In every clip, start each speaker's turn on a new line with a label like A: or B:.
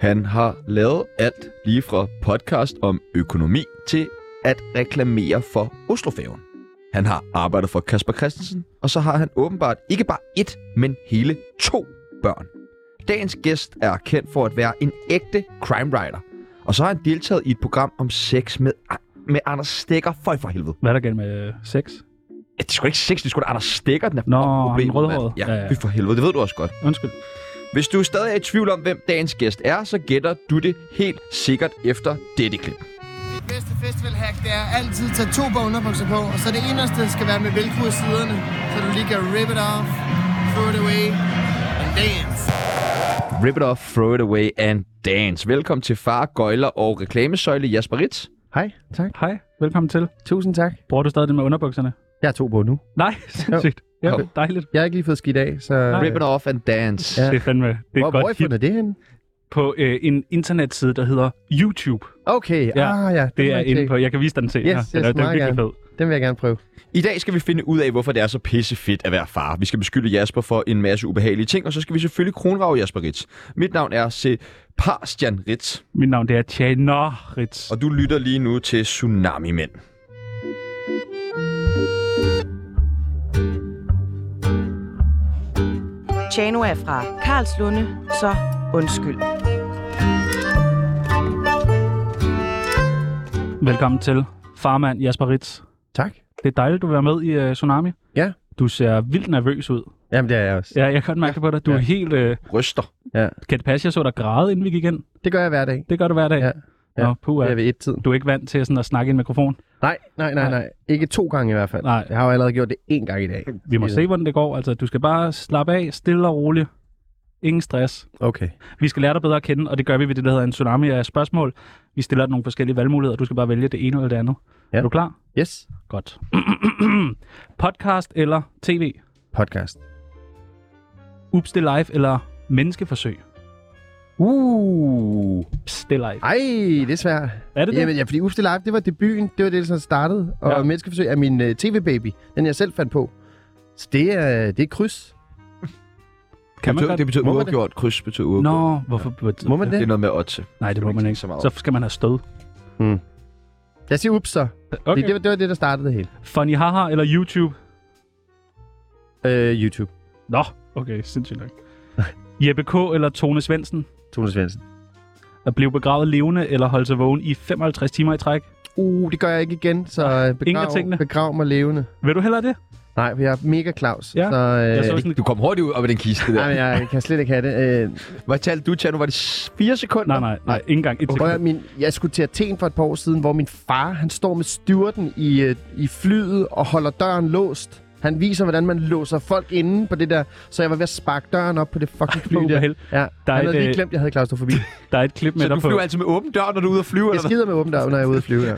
A: Han har lavet alt lige fra podcast om økonomi til at reklamere for Oslofæven. Han har arbejdet for Kasper Christensen, og så har han åbenbart ikke bare ét, men hele to børn. Dagens gæst er kendt for at være en ægte crime writer, og så har han deltaget i et program om sex med, med Anders Stikker. Føj for helvede.
B: Hvad er der galt med øh, sex?
A: Ja, det er sgu ikke sex, det er sgu da Anders Stikker, den er
B: Nå,
A: fucking problemet,
B: han er rødhåret.
A: mand. Ja,
B: Ja, ja.
A: ja, ja. for helvede, det ved du også godt.
B: Undskyld.
A: Hvis du stadig er i tvivl om, hvem dagens gæst er, så gætter du det helt sikkert efter dette klip.
C: Mit bedste festivalhack, det er altid at tage to par underbukser på, og så det inderste skal være med velcro i siderne, så du lige kan rip it off, throw it away, and dance.
A: Rip it off, throw it away and dance. Velkommen til Far, Gøjler og Reklamesøjle Jasper Ritz.
D: Hej, tak.
B: Hej, velkommen til.
D: Tusind tak.
B: Bruger du stadig det med underbukserne?
D: Jeg er to på nu.
B: Nej, sindssygt. Ja,
A: Jo.
B: dejligt.
D: Jeg har ikke lige fået skidt af, så...
B: Nej.
A: Rip it off and dance.
D: Ja.
B: Det er fandme det er
D: Hvor,
B: et godt
D: hvor har I
B: hit
D: fundet det henne?
B: på øh, en internetside, der hedder YouTube.
D: Okay,
B: Ja,
D: ja. ah ja. den må
B: Det er
D: jeg
B: inde
D: tjekke.
B: på. Jeg kan vise dig den senere.
D: Yes,
B: den er,
D: yes,
B: den er
D: meget
B: virkelig fed.
D: Den vil jeg gerne prøve.
A: I dag skal vi finde ud af, hvorfor det er så pissefedt at være far. Vi skal beskylde Jasper for en masse ubehagelige ting, og så skal vi selvfølgelig kronrave Jasper Ritz. Mit navn er Sebastian Ritz,
B: Mit navn det er Tjana Ritz.
A: og du lytter lige nu til Tsunami Mænd.
E: Chano er fra Karlslunde, så undskyld.
B: Velkommen til farmand Jasper Ritz.
D: Tak.
B: Det er dejligt, du vil være med i øh, Tsunami.
D: Ja.
B: Du ser vildt nervøs ud.
D: Jamen, det er jeg også.
B: Ja, jeg kan godt mærke det på dig. Du er
D: Ja.
B: helt... Øh,
A: Ryster.
B: kan det passe, jeg så dig græde, inden vi gik ind?
D: Det gør jeg hver dag.
B: Det gør du hver dag.
D: Ja. Ja.
B: Nå, puha.
D: Det er ved et tiden.
B: Du er ikke vant til sådan at snakke i en mikrofon.
D: Nej, nej, nej, nej. Ikke to gange i hvert fald.
B: Nej.
D: Jeg har jo allerede gjort det én gang i dag.
B: Vi må se, hvordan det går. Altså, du skal bare slappe af, stille og roligt. Ingen stress.
D: Okay.
B: Vi skal lære dig bedre at kende, og det gør vi ved det, der hedder en tsunami af spørgsmål. Vi stiller dig nogle forskellige valgmuligheder, og du skal bare vælge det ene eller det andet.
D: Ja.
B: Er du klar?
D: Yes.
B: Godt. Podcast eller tv?
D: Podcast.
B: Ups, det er live eller menneskeforsøg?
D: Uh.
B: Ups, det er live.
D: Ej, det er svært.
B: Er det det?
D: Jamen, ja, fordi Ufte Live, det var debuten. Det var det, der sådan startede. Og
B: Ja.
D: ja. Menneskeforsøg er min uh, tv-baby. Den, jeg selv fandt på. Så det er, det er et kryds.
B: kan man
A: betyder,
B: godt?
A: det betyder
D: Må man det?
A: uafgjort. Kryds betyder uafgjort.
B: Nå, hvorfor?
D: Må man
A: Det er
D: det?
A: noget med otte.
B: Nej, det må
A: man
B: man
A: ikke
B: ikke.
A: så meget
B: Så skal man have stød.
D: Jeg siger ups så. Okay. Det,
B: Okay.
D: var, det var det, der startede det hele.
B: Funny Haha eller YouTube?
D: Øh, YouTube.
B: Nå, okay, sindssygt nok. Jeppe K. eller Tone Svendsen?
D: Tone Svendsen.
B: At blive begravet levende eller holde sig vågen i 55 timer i træk?
D: Uh, det gør jeg ikke igen, så øh,
B: ingen af tingene?
D: begrav, begrav mig levende.
B: Vil du hellere det?
D: Nej, for jeg er mega Claus.
B: Ja,
D: Så, øh,
B: Jeg så
D: jeg
B: sådan,
A: Du kom hurtigt ud af den kiste der.
D: nej, men jeg kan slet ikke have det. Øh,
A: Hvad talte du til? Nu var det 4 sekunder.
B: nej, nej, nej, ikke engang et
D: prøv at høre,
B: sekund.
D: min, jeg skulle til Athen for et par år siden, hvor min far han står med styrten i, øh, i flyet og holder døren låst. Han viser, hvordan man låser folk inde på det der. Så jeg var ved at sparke døren op på det fucking fly
B: Hvor
D: der.
B: ubehagelig.
D: Ja,
B: Der er
D: der han
B: et,
D: havde
B: øh,
D: lige glemt, jeg havde klaustrofobi.
B: Der er et klip med
A: Så
B: dig
A: du
B: på...
A: flyver altid med åben dør, når du er ude at flyve?
D: Jeg
A: Eller hvad?
D: skider med åben dør, når jeg er ude at flyve. Ja.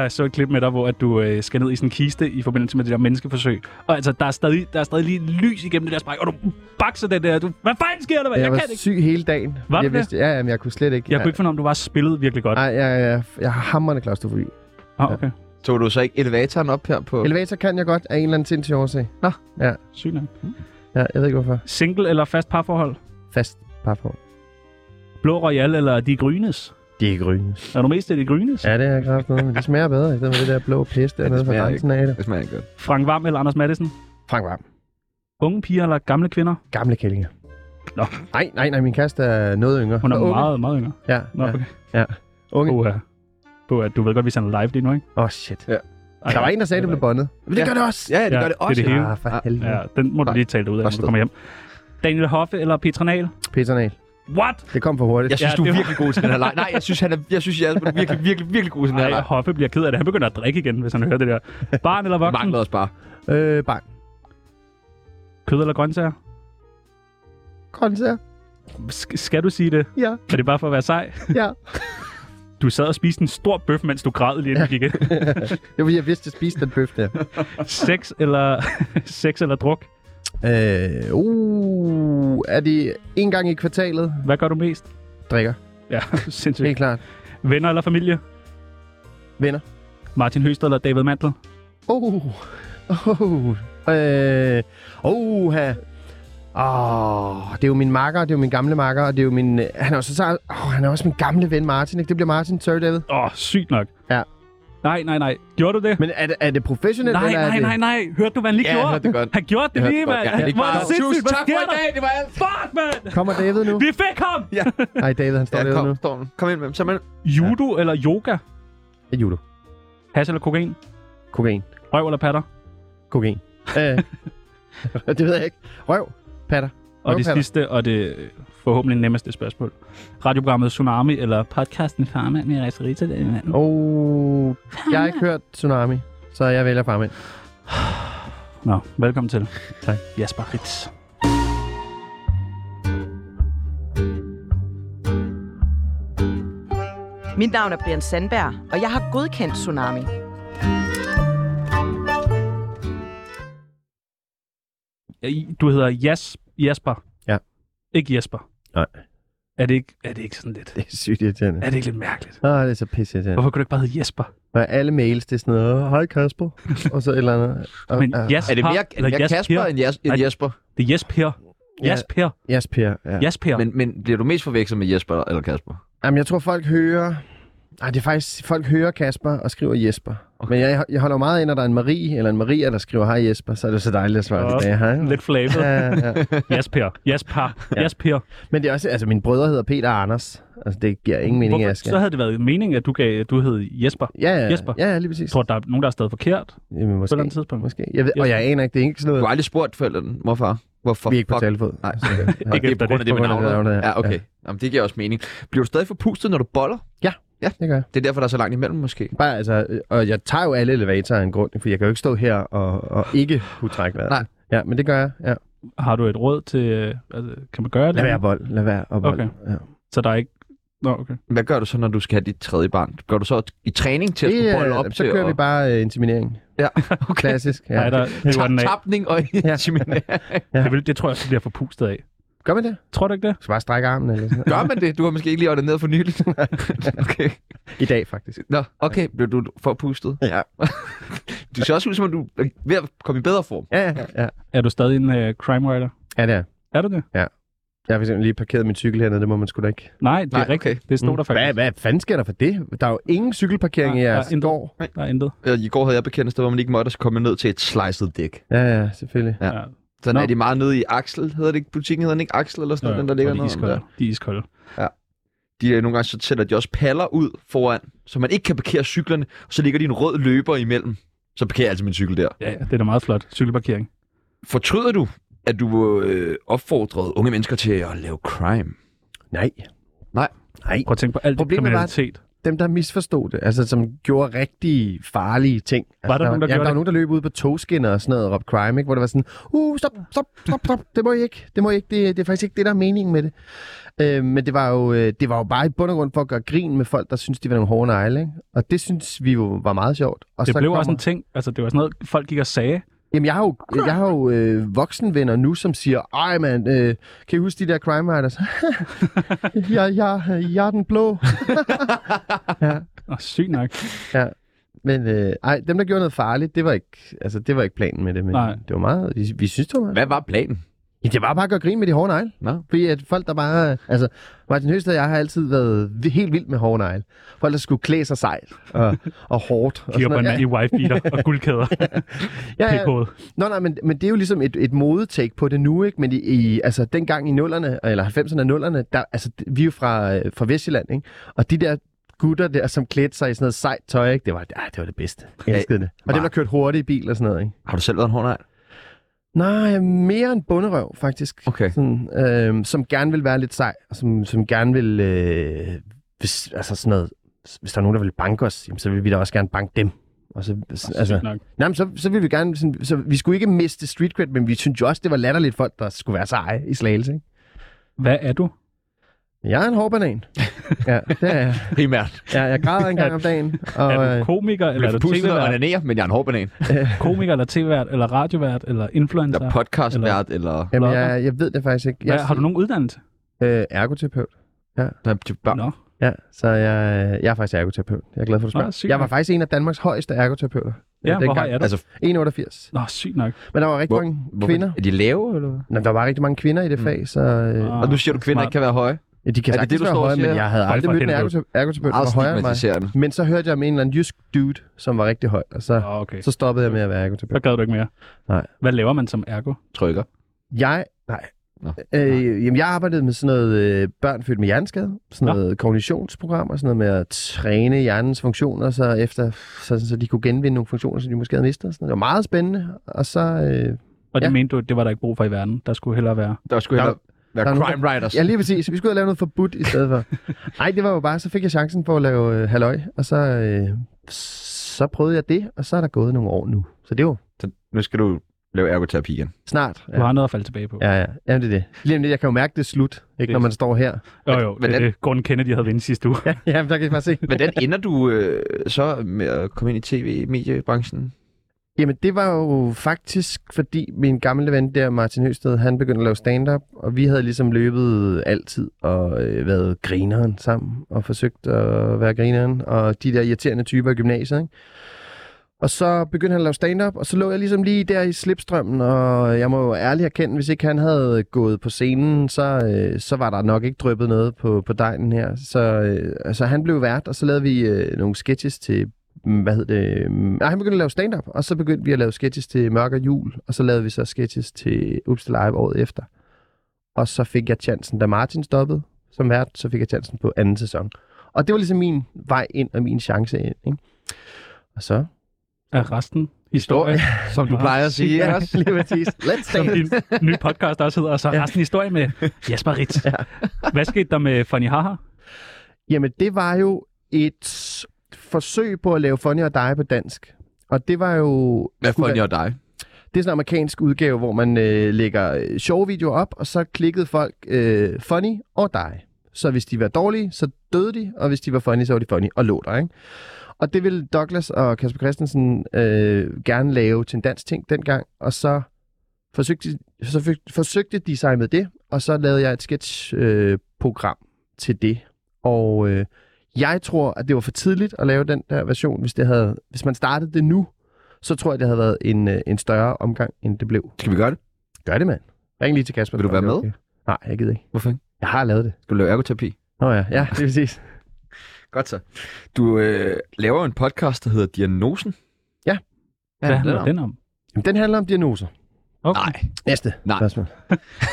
B: Jeg så et klip med dig, hvor at du øh, skal ned i sådan en kiste i forbindelse med det der menneskeforsøg. Og altså, der er stadig, der er stadig lige lys igennem det der spræk, og du bakser den der. Du, hvad fanden sker der? Hvad? Jeg,
D: Jeg
B: jeg
D: var
B: kan ikke.
D: syg hele dagen.
B: Var du
D: jeg
B: det?
D: vidste, ja, jamen, jeg kunne slet ikke.
B: Jeg kunne ikke finde ud af, om du var spillet virkelig godt.
D: Nej, jeg, jeg, jeg har hammerende klaustrofobi.
B: Ah, okay.
A: Tog du så ikke elevatoren op her på...
D: Elevator kan jeg godt af en eller anden sindssyg årsag. Nå. Ja,
B: Sygt nok.
D: ja, jeg ved ikke hvorfor.
B: Single eller fast parforhold?
D: Fast parforhold.
B: Blå Royal eller De Grynes?
D: Det er grønne.
B: Er du mest af De Grynes?
D: Ja, det er kraft noget, men det smager bedre, i stedet for det der blå pis der
A: det
D: nede fra
A: smager
D: grænsen af det.
A: Det smager ikke godt.
B: Frank Vam eller Anders Madsen?
D: Frank Varm.
B: Unge piger eller gamle kvinder?
D: Gamle kællinger.
B: Nå.
D: Nej, nej, nej, min kæreste er noget yngre.
B: Hun er
D: Så unge.
B: meget, meget yngre.
D: Ja,
B: Nå,
D: ja,
B: okay.
D: ja. Unge. Åh,
B: Uha. Uha, øh, du ved godt, vi sender live lige nu, ikke?
D: oh. shit.
B: Ej,
D: Der var en, der sagde, at det blev båndet. Men det
A: Ja.
D: gør det også.
A: Ja, det
B: Ja,
A: gør det
B: det er
A: også.
B: det hele.
D: Ah, for
A: Ah,
D: helvede.
B: Ja, den må du
A: Nej,
B: lige tale dig ud af, når du
A: forstået.
B: kommer hjem. Daniel Hoffe eller Petronal?
D: Peternal.
B: What?
D: Det kom for hurtigt.
A: Jeg synes,
B: Ja,
A: du er
B: det var-
A: virkelig god til den her leg. Nej, jeg synes, han er, jeg synes, jeg er virkelig, virkelig, virkelig god til den her
B: Nej,
A: leg.
B: Hoffe bliver ked af det. Han begynder at drikke igen, hvis han hører det der. Barn eller
A: Vi
B: voksen?
A: Mangler os bare.
D: Øh, bang.
B: Kød eller grøntsager?
D: Grøntsager.
B: Sk- skal du sige det?
D: Ja,
B: Er det bare for at være sej?
D: ja.
B: Du sad og spiste en stor bøf, mens du græd lige inden vi gik ind.
D: Det var fordi, jeg vidste, at jeg spiste den bøf der.
B: Sex eller, sex eller druk?
D: Øh, uh, er det en gang i kvartalet?
B: Hvad gør du mest?
D: Drikker.
B: Ja, sindssygt.
D: Helt klart.
B: Venner eller familie?
D: Venner.
B: Martin Høsted eller David Mantel?
D: Oh. Oh. Øh. Oha. Åh, det er jo min makker, det er jo min gamle makker, og det er jo min... øh, Han er, også, så, åh, han er også min gamle ven Martin, ikke? Det bliver Martin, sorry David.
B: Åh, oh, sygt nok.
D: Ja.
B: Nej, nej, nej. Gjorde du det?
D: Men er det, er det professionelt,
B: Nej,
D: eller er
B: nej,
D: det...
B: nej, nej. Hørte du, hvad han lige
A: Ja, jeg
B: gjorde?
A: hørte det godt.
B: Han gjorde det
A: Jeg hørte
B: lige,
A: det godt.
B: mand.
A: Ja, han er ikke
B: Hvor
A: bare-
B: er det sindssygt. Hvad
A: tak
B: sker
A: for i
B: der?
A: dag, det var alt.
B: Fuck, mand!
D: Kommer David nu?
B: Vi fik ham!
D: Nej, David, han står
A: Ja,
D: derude
A: kom,
D: nu.
A: Storm. Kom ind med dem. Så man,
B: Judo eller yoga?
D: Det er judo.
B: Has eller kokain?
D: Kokain.
B: Røv eller patter?
D: Kokain. Øh, det ved jeg ikke. Røv. Patter.
B: Og det
D: Røvpatter.
B: sidste, og det øh, forhåbentlig nemmeste spørgsmål. Radioprogrammet Tsunami eller podcasten Farmand med Rita det mand.
D: Oh, jeg har ikke hørt Tsunami, så jeg vælger farmand.
B: Nå, velkommen til.
D: Tak.
B: Jasper Ritz.
E: Mit navn er Brian Sandberg, og jeg har godkendt Tsunami.
B: I- Du hedder Jas Jasper.
D: Ja.
B: Ikke Jesper.
D: Nej.
B: Er det ikke, er det ikke sådan lidt?
D: Det er sygt irriterende.
B: Er det ikke lidt mærkeligt?
D: Åh, det er så pisse irriterende.
B: Hvorfor kunne du ikke bare hedde Jesper?
D: Og alle mails, det er sådan noget, "Åh, hej Kasper, og så et eller andet. Og,
B: Men
D: øh,
B: Jasper,
A: er det mere, er
B: eller
A: det mere
B: Jasper?
A: Kasper end, Jas- end
B: Nej.
A: Jesper?
B: Det er Jesper.
D: Ja.
B: Jasper.
D: Jasper, ja.
B: Jasper.
A: Men, men bliver du mest forvekslet med Jesper eller Kasper?
D: Jamen, jeg tror, folk hører... Ej, det er faktisk, folk hører Kasper og skriver Jesper. Okay. Men jeg, jeg holder jo meget ind, når der er en Marie, eller en Maria, der skriver, hej Jesper, så er det så dejligt at svare
B: Åh,
D: tilbage, hej.
B: Lidt flabet.
D: Ja, ja.
B: Jasper. Jasper. Jasper.
D: Men det er også, altså mine brødre hedder Peter og Anders. Altså, det giver ingen mening, at
B: Hvorfor?
D: jeg skal.
B: Så havde det været meningen, at du, gav, du hed Jesper.
D: Ja, ja,
B: Jesper.
D: ja, ja, lige præcis.
B: Jeg tror, der er nogen, der er stadig forkert på
D: Jamen,
B: et eller
D: måske,
B: andet tidspunkt.
D: måske. Jeg ved, og
B: Jesper.
D: jeg aner ikke, det er ikke sådan
A: Du har
D: noget,
A: aldrig spurgt forældrene, morfar, hvorfor
D: vi er ikke på
A: fuck-
D: talefod.
A: Nej.
D: Så, ja.
B: Ikke efter
A: på grund af
B: det.
A: det med
D: På grund af
A: navnet.
D: navnet, ja.
A: Ja, okay. Jamen, det giver også mening. Bliver du stadig forpustet, når du boller?
D: Det gør jeg.
A: Det er derfor, der er så langt imellem, måske.
D: Bare, altså, øh, og jeg tager jo alle elevatorer af en grund, for jeg kan jo ikke stå her og, og ikke kunne trække vejret.
A: Nej.
D: Ja, men det gør jeg. Ja.
B: Har du et råd til, øh, altså, kan man gøre det?
D: Lad være bold. Lad være og bold.
B: Okay.
D: Ja.
B: Så der er ikke... Nå, okay.
A: Hvad gør du så, når du skal have dit tredje barn? Gør du så i træning til at skulle bolle op
D: Det, øh, så
A: til?
D: kører
A: og-
D: vi bare øh, inseminering.
A: Ja, okay.
D: Klassisk. Ja.
B: Nej, der hiver den
A: Ta-
B: af.
A: tapning og inseminering.
D: Ja.
B: Det, vil, det tror jeg, du bliver forpustet af.
D: Gør man det?
B: Tror du ikke det?
D: Du skal bare strække armen eller sådan noget.
A: Gør man det? Du har måske ikke lige ordineret for nyligt. okay.
D: I dag, faktisk.
A: Nå, okay. Blev du forpustet?
D: Ja.
A: Du ser også ud som om, du er ved at komme i bedre form.
D: Ja, ja, ja.
B: Er du stadig en øh, crime writer?
D: Ja, det er.
B: Er du det?
D: Jeg har for eksempel lige parkeret min cykel hernede, det må man sgu da ikke.
B: Nej, det er
A: Nej,
B: Nej, rigtigt.
A: okay.
B: Det stod der faktisk.
D: Mm. Hvad, hvad fanden sker der for det? Der er jo ingen cykelparkering
B: Nej,
D: i
B: der er
D: jeres
B: intet.
D: gård.
B: Der er intet.
A: Øh, I går havde jeg bekendt et sted, hvor man ikke måtte, og så kom jeg ned til et sliced dick.
D: Ja, ja, selvfølgelig.
A: Ja.
B: Ja.
A: Sådan
B: Nå.
A: er de meget nede i Axel, hedder det ikke? Butikken hedder den ikke Axel, eller sådan noget, den der ligger
B: de er
A: nede. om
B: iskolde.
A: der.
B: De er iskolde.
A: De er nogle gange så sætter de også paller ud foran, så man ikke kan parkere cyklerne, og så ligger de en rød løber imellem. Så parkerer jeg altid min cykel der.
B: Ja, ja, det er da meget flot. Cykelparkering.
A: Fortryder du, at du øh, opfordrede unge mennesker til at lave crime?
D: Nej.
A: Nej.
D: Nej.
B: Prøv at tænke på alt det
D: Problemet var-
B: kriminalitet.
D: dem, der misforstod det, altså som gjorde rigtig farlige ting. Altså,
B: der nogen, der
D: ja,
B: gjorde
D: der var
B: det?
D: nogen, der løb ud på togskinner og sådan noget og råbte crime, ikke? hvor det var sådan, uh, stop, stop, stop, stop, det må I ikke, det må I ikke, det, det er faktisk ikke det, der er meningen med det. Øh, men det var, jo, øh, det var jo bare i bund og grund for at gøre grin med folk, der synes de var nogle hårde negle, ikke? og det synes vi jo var meget sjovt. Og
B: Det
D: så
B: blev
D: kommer-
B: også en ting. Altså, det var sådan noget, folk gik og sagde.
D: Jamen, jeg har jo, jeg har jo øh, voksenvenner nu, som siger, ej mand, øh, kan I huske de der crime writers? ja, ja, jeg er den blå.
B: Åh, sygt nok.
D: Men øh, ej, dem, der gjorde noget farligt, det var ikke, altså, det var ikke planen med det. Men
B: Nej.
D: det var meget, vi, vi synes, det var meget.
A: Hvad var planen?
D: Ja, det var bare at gøre grin med de hårde negle.
A: Nå.
D: Fordi at folk, der bare... Altså, Martin Høsted og jeg har altid været vi- helt vild med hårde negle. Folk, der skulle klæde sig sejt og, og hårdt. Og
B: Giver på en mand
D: ja,
B: i wife-beater og guldkæder.
D: ja, ja.
B: Pikhoved.
D: Nå, nej, men, men det er jo ligesom et, et modetake på det nu, ikke? Men i, i, altså, dengang i nullerne, eller 90'erne og nullerne, der, altså, d- vi er jo fra, øh, fra Vestjylland, ikke? Og de der gutter der, som klædte sig i sådan noget sejt tøj, ikke? Det var, ah, det, var det bedste. Jeg elskede det. Og dem, der kørte hurtigt i bil og sådan noget, ikke?
A: Har du selv været en hård negl?
D: Nej, mere en bunderøv, faktisk.
A: Okay.
D: Sådan, øh, som gerne vil være lidt sej, og som, som gerne vil... Øh, hvis, altså sådan noget, hvis der er nogen, der vil banke os, jamen, så vil vi da også gerne banke dem. Og så, altså,
B: Sygt nok.
D: nej, men så, så vil vi gerne... Sådan, så vi skulle ikke miste street cred, men vi synes jo også, det var latterligt folk, der skulle være seje i slagelse. Ikke?
B: Hvad er du?
D: Jeg er en hård banan. ja, det er jeg.
A: Primært.
D: Ja, jeg græder en gang om dagen. Og,
B: Er
D: øh,
B: du komiker, eller
A: Blev
B: er du
A: forpustet og
B: tv-vært?
A: onanerer, men jeg er en hård banan.
B: komiker, eller tv-vært, eller radiovært, eller influencer?
A: Eller podcastvært, eller...
D: jamen,
B: blogger?
D: jeg, jeg ved det faktisk ikke. Jeg,
B: Hvad, har du nogen uddannelse?
D: Øh, ergoterapeut.
A: Der er til børn.
B: Nå,
D: Ja, så jeg, jeg er faktisk ergoterapeut. Jeg er glad for, at du
B: Nå,
D: spørger.
B: sygt
D: jeg var
B: nok.
D: faktisk en af Danmarks højeste ergoterapeuter.
B: Ja, hvor
D: dengang.
B: høj er du?
A: Altså,
D: Altså, 1,88.
B: Nå, sygt nok.
D: Men der var rigtig
A: Hvor-
D: mange
A: hvorfor-
D: kvinder.
A: Er de lave, eller hvad?
D: Nå, der var rigtig mange kvinder i det fag, så øh,
B: Ah,
A: Og nu siger du, at kvinder
B: smart.
A: ikke kan være høje.
D: ja, de kan
A: er det
D: sagtens
A: det, du
D: være
A: står og
D: høje, men
A: siger?
D: jeg havde
B: Hold
D: aldrig
B: for
D: mødt en
B: helvede.
D: ergoterapeut, ergoterapeut der var højere end mig.
A: Afstigmatiserende.
D: Men så hørte jeg om en eller anden jysk dude, som var rigtig høj, og så,
B: Nå, okay.
D: så stoppede jeg med at være
B: Så
D: ergoterapeut.
B: gad du ikke mere.
D: Nej.
B: Hvad laver man som ergo?
A: Trykker.
D: Jeg, nej.
A: Nå.
D: Øh, jamen, jeg arbejdede med sådan noget øh, børn født med hjerneskade, sådan
B: Nå.
D: noget kognitionsprogram og sådan noget med at træne hjernens funktioner, så efter så, så de kunne genvinde nogle funktioner, som de måske havde mistet. og Sådan noget. Det var meget spændende, og så... Øh,
B: Og det
D: Ja.
B: mente du, at det var der ikke brug for i verden. Der skulle hellere være...
A: Der skulle
D: Der-
A: hellere være
D: der er nogen,
A: crime writers.
D: ja, lige præcis, så vi skulle ud og lave noget forbudt i stedet for. Nej, det var jo bare, så fik jeg chancen for at lave øh, halløj, og så, øh, så prøvede jeg det, og så er der gået nogle år nu. Så det er jo
A: Så nu skal du lave ergoterapi igen.
D: snart.
B: Du har noget at falde tilbage på.
D: Ja, ja. Jamen, det er det. Lige om lidt, jeg kan jo mærke, det er slut, ikke,
B: Det-
D: når man står her.
B: Jo, jo.
A: Men
B: det er
A: den-
B: det. Gordon Kennedy havde vundet sidste uge.
D: ja, men der kan jeg bare se.
A: Hvordan ender du øh, så med at komme ind i tv-mediebranchen?
D: Jamen, det var jo faktisk, fordi min gamle ven der, Martin Høsted, han begyndte at lave stand-up, og vi havde ligesom løbet altid og øh, været grineren sammen, og forsøgt at være grineren, og de der irriterende typer i gymnasiet, ikke? Og så begyndte han at lave stand-up, og så lå jeg ligesom lige der i slipstrømmen, og jeg må jo ærligt erkende, hvis ikke han havde gået på scenen, så, øh, så var der nok ikke dryppet noget på, på dejen her. Så, øh, så han blev vært, og så lavede vi øh, nogle sketches til mm, hvad hedder det? mm, Nej, han begyndte at lave stand-up, og så begyndte vi at lave sketches til Mørk og Jul, og så lavede vi så sketches til Ups Live året efter. Og så fik jeg chancen, da Martin stoppede som vært, så fik jeg chancen på anden sæson. Og det var ligesom min vej ind og min chance ind, ikke? Og så...
B: Er resten historie?
A: Som du
B: Ja.
A: plejer at sige, ikke også?
D: lige præcis. Let's
B: Som
D: dance.
B: din nye podcast også hedder, og så resten historie med Jasper Ritz. Hvad skete der med Fanny Haha?
D: Jamen, det var jo et forsøg på at lave Funny og dig på dansk. Og det var jo...
A: Hvad
D: skulle
A: får
D: være-
A: jeg dig?
D: Det er sådan en amerikansk udgave, hvor man øh, lægger øh, sjove videoer op, og så klikkede folk øh, funny og dig. Så hvis de var dårlige, så døde de, og hvis de var funny, så var de funny og lå der, ikke? Og det ville Douglas og Kasper Christensen øh, gerne lave til en dansk ting dengang, og så forsøgte, så fik, forsøgte de sig med det, og så lavede jeg et sketchprogram øh, program til det. Og øh, jeg tror, at det var for tidligt at lave den der version. Hvis, det havde, hvis man startede det nu, så tror jeg, det havde været en, øh, en større omgang, end det blev.
A: Skal vi gøre det?
D: Gør det, mand. Ring lige til Kasper.
A: Vil du være med?
D: Okay. Nej, jeg gider ikke.
A: Hvorfor ikke?
D: Jeg har lavet det.
A: Skal du lave ergoterapi?
D: Nå ja, ja, det er præcis.
A: Godt så. Du øh, laver en podcast, der hedder Diagnosen.
D: Ja.
A: Hvad
B: Hvad
A: er
B: handler
A: det
B: den om?
D: Jamen, den handler om diagnoser.
B: Okay.
A: Nej,
D: Næste
A: Nej.
D: spørgsmål.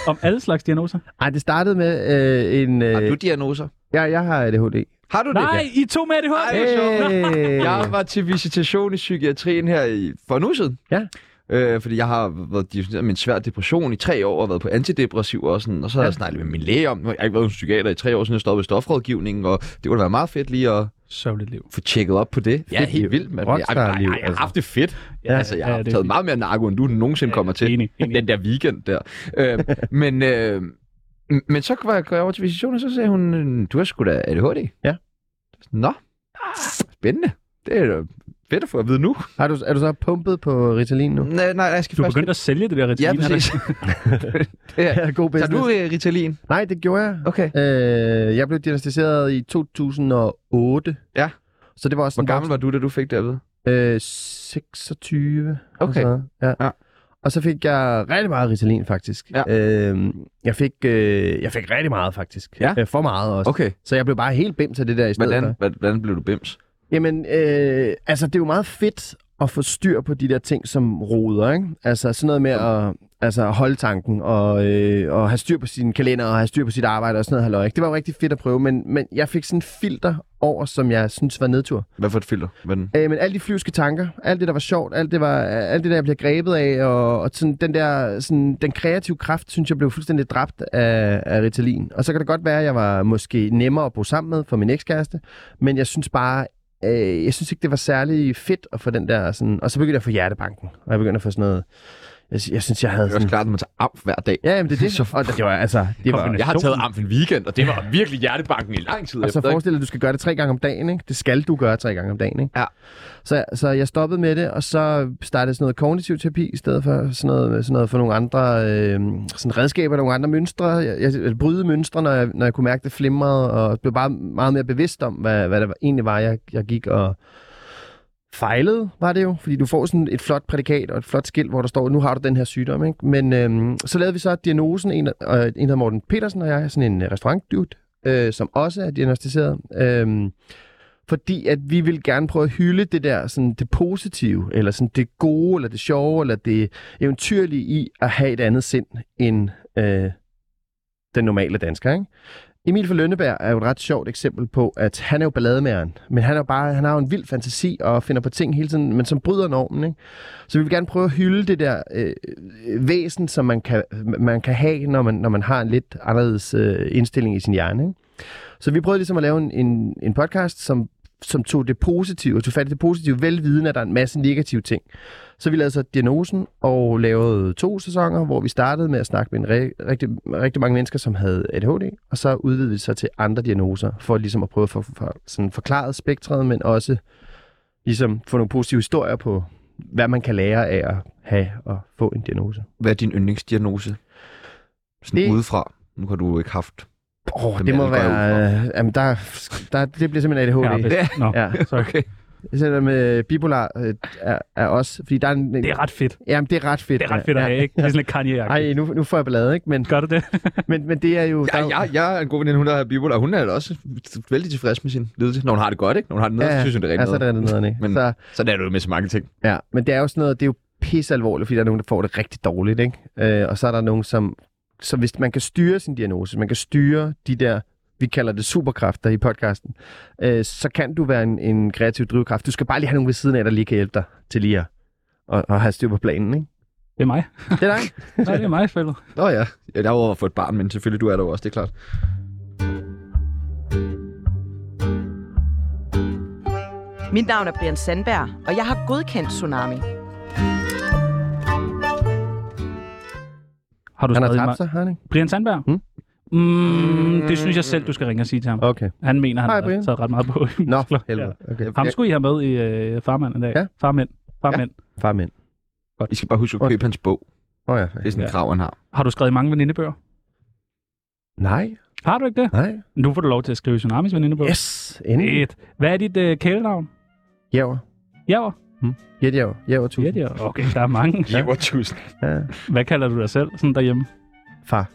B: Om alle slags diagnoser?
D: Ej, det startede med øh, en...
A: har
D: Øh,
A: du diagnoser?
D: ja, jeg har ADHD.
A: Har du det?
B: Nej, I er to med det
A: Ej,
B: hul.
A: hvor sjovt.
D: Hey.
A: Jeg var til visitation i psykiatrien her i, for en uge siden.
D: Ja.
A: Øh, fordi jeg har været diagnosticeret med en svær depression i tre år, og været på antidepressiv og sådan, og så har
D: Ja.
A: jeg snakket med min læge om, nu har jeg ikke været hos en psykiater i tre år, siden jeg stoppede i stofrådgivningen, og det kunne da være meget fedt lige at
B: Sørgeligt liv.
A: få tjekket op på det. Ja,
D: Fedt liv.
A: helt vildt, mand. Jeg, jeg, jeg,
D: Rockstar-liv,
A: jeg, jeg har
D: altså.
A: haft det fedt. Ja, altså, jeg
B: ja,
A: har
B: det er
A: taget
B: fedt.
A: meget mere narko, end du nogensinde kommer til
B: Enig, enig.
A: den der weekend der. Øh, men, øh, m- men så var jeg gået over til visitationen, og så sagde hun, "Øh, du har sgu da ADHD.
D: Ja.
A: Nå, spændende. Det er da fedt at få at vide nu.
D: Har du, er du så pumpet på Ritalin nu?
A: Nej, nej, jeg skal
B: Du er
A: først...
B: begyndt at sælge det der
A: Ja,
B: Ritalin. er
A: præcis. det er.
D: Ja,
A: Tager
D: god business.
A: du øh, Ritalin?
D: Nej, det gjorde jeg.
A: Okay.
D: Øh, jeg blev diagnostiseret i 2008.
A: Ja.
D: Så det var også
A: Hvor
D: en
A: gammel var du, da du fik det at vide?
D: Øh, 26. og
A: Okay.
D: sådan noget. ja.
A: Ja.
D: ja. Og så fik jeg rigtig meget Ritalin, faktisk.
A: Ja.
D: Øhm, jeg, fik, øh, jeg fik rigtig meget, faktisk.
A: Ja.
D: Øh, for meget også.
A: Okay.
D: Så jeg blev bare helt bims af det der i stedet
A: Hvordan,
D: for.
A: hva- hvordan blev du bims?
D: Jamen, øh, altså, det er jo meget fedt at få styr på de der ting, som roder, ikke? Altså, sådan noget med at altså, at holde tanken og, øh, og have styr på sin kalender og have styr på sit arbejde og sådan noget. Halløj, ikke? Det var jo rigtig fedt at prøve, men, men jeg fik sådan en filter over, som jeg synes var nedtur.
A: Hvad for et filter? Hvordan?
D: Øh, men alle de flyvske tanker, alt det, der var sjovt, alt det, var, alt det der, jeg blev grebet af, og, og sådan, den der sådan, den kreative kraft, synes jeg, blev fuldstændig dræbt af, af Ritalin. Og så kan det godt være, at jeg var måske nemmere at bo sammen med for min ekskæreste, men jeg synes bare, øh, jeg synes ikke, det var særlig fedt at få den der sådan... Og så begyndte jeg at få hjertebanken, og jeg begyndte at få sådan noget... Jeg, sy- jeg synes, jeg havde
A: Det er også
D: sådan...
A: klart, at man tager amf hver dag.
D: Ja, jamen, det er det.
A: Så-
D: Og det var, altså, det var,
B: Kombination.
A: Jeg har taget amf en weekend, og det var virkelig hjertebanken i lang tid
D: Og så
A: efter. ikke?
D: forestil dig, at du skal gøre det tre gange om dagen, ikke? Det skal du gøre tre gange om dagen, ikke?
A: Ja.
D: Så, så jeg stoppede med det, og så startede sådan noget kognitiv terapi, i stedet for sådan noget, sådan noget for nogle andre øh, sådan redskaber, nogle andre mønstre. Jeg, jeg, jeg bryde mønstre, når jeg, når jeg kunne mærke det flimrede, og blev bare meget mere bevidst om, hvad, hvad det var, egentlig var, jeg, jeg gik og fejlede, var det jo. Fordi du får sådan et flot prædikat og et flot skilt, hvor der står, nu har du den her sygdom. Ikke? Men øhm, så lavede vi så diagnosen, en, øh, en hedder Morten Petersen og jeg, er sådan en øh, restaurantdude, øh, som også er diagnostiseret. Øh, fordi at vi vil gerne prøve at hylde det der sådan det positive, eller sådan det gode, eller det sjove, eller det eventyrlige i at have et andet sind end øh, den normale dansker. Ikke? Emil for Lønneberg er jo et ret sjovt eksempel på, at han er jo ballademæren, men han, er jo bare, han har jo en vild fantasi og finder på ting hele tiden, men som bryder normen. Ikke? Så vi vil gerne prøve at hylde det der øh, væsen, som man kan, man kan have, når man, når man har en lidt anderledes øh, indstilling i sin hjerne. Ikke? Så vi prøvede ligesom at lave en, en, en podcast, som, som tog det positive, og tog fat i det positive, velviden, at der er en masse negative ting. Så vi lavede så diagnosen og lavede to sæsoner, hvor vi startede med at snakke med en re- rigtig, rigtig mange mennesker, som havde ADHD, og så udvidede vi så til andre diagnoser, for ligesom at prøve at for, for, sådan forklare spektret, men også ligesom få nogle positive historier på, hvad man kan lære af at have og få en diagnose.
A: Hvad er din yndlingsdiagnose? Sådan
D: Det-
A: det... udefra. Nu har du jo ikke haft.
D: Åh, oh,
A: Dem
D: det må
A: alle går jeg ud
D: være... Øh, jamen, der, der, det bliver simpelthen ADHD.
B: Ja, bedst. Nå,
D: Ja.
B: sorry.
A: Okay.
D: Selvom øh, bipolar øh, er, er også... Fordi der er en,
B: Det er ret fedt.
D: Jamen, det er ret fedt.
B: Det er ret fedt at have, ikke? Det er sådan lidt kanye
D: Ej, nu, nu får jeg ballade, ikke? Men,
B: Gør du det?
D: men, men det er jo... der
A: Ja,
D: er jo-
A: ja, jeg er en god veninde, hun der har bipolar. Hun er da også vældig tilfreds med sin lidelse. Når hun har det godt, ikke? Når hun har det ned, ja, så synes hun, det er
D: ja,
A: rent
D: så er
A: ja,
D: der andet nede, ikke?
A: Men-
D: Så,
A: Sådan er det jo med så mange ting.
D: ja, men det er jo sådan noget, det er jo pisse alvorligt, fordi der er nogen, der får det rigtig dårligt, ikke? Øh, og så er der nogen, som... Så hvis man kan styre sin diagnose, man kan styre de der vi kalder det superkræfter i podcasten, øh, så kan du være en, en kreativ drivkraft. Du skal bare lige have nogen ved siden af, der lige kan hjælpe dig til lige at og, og have styr på planen, ikke?
B: Det er mig.
D: Det er dig.
B: Nej, det er mig, spillet.
A: Nå ja, jeg er over for et barn, men selvfølgelig du er der jo også, det er klart.
E: Mit navn er Brian Sandberg, og jeg har godkendt Tsunami.
B: Har du
D: Han har
B: skrevet
D: tabt
B: mig?
D: sig, har han ikke?
B: Brian Sandberg?
D: Hmm?
B: Mm, det synes jeg selv, du skal ringe og sige til ham.
D: Okay.
B: Han mener, han
D: Hej,
B: har
D: Brian.
B: taget ret meget på.
D: Nå,
B: muskler.
D: helvede. Okay.
B: Ham skulle I have med i øh, farmand i dag.
D: Ja.
B: Farmænd. Farmænd.
D: Far mænd.
A: I skal bare huske at købe hans bog.
D: Åh oh, ja.
A: Det er sådan en
B: Ja.
A: krav, han har.
B: Har du skrevet mange venindebøger?
D: Nej,
B: Har du ikke det?
D: nej.
B: Nu får du lov til at skrive Tsunamis venindebog.
D: Yes, endelig.
B: Et. Hvad er dit øh, kælenavn?
D: Jæver.
B: Javer?
D: Jetjav. Jæver
B: Ja, det er. Okay, der er mange.
A: Ja. tusind.
D: Ja.
B: Hvad kalder du dig selv sådan derhjemme?
D: Far.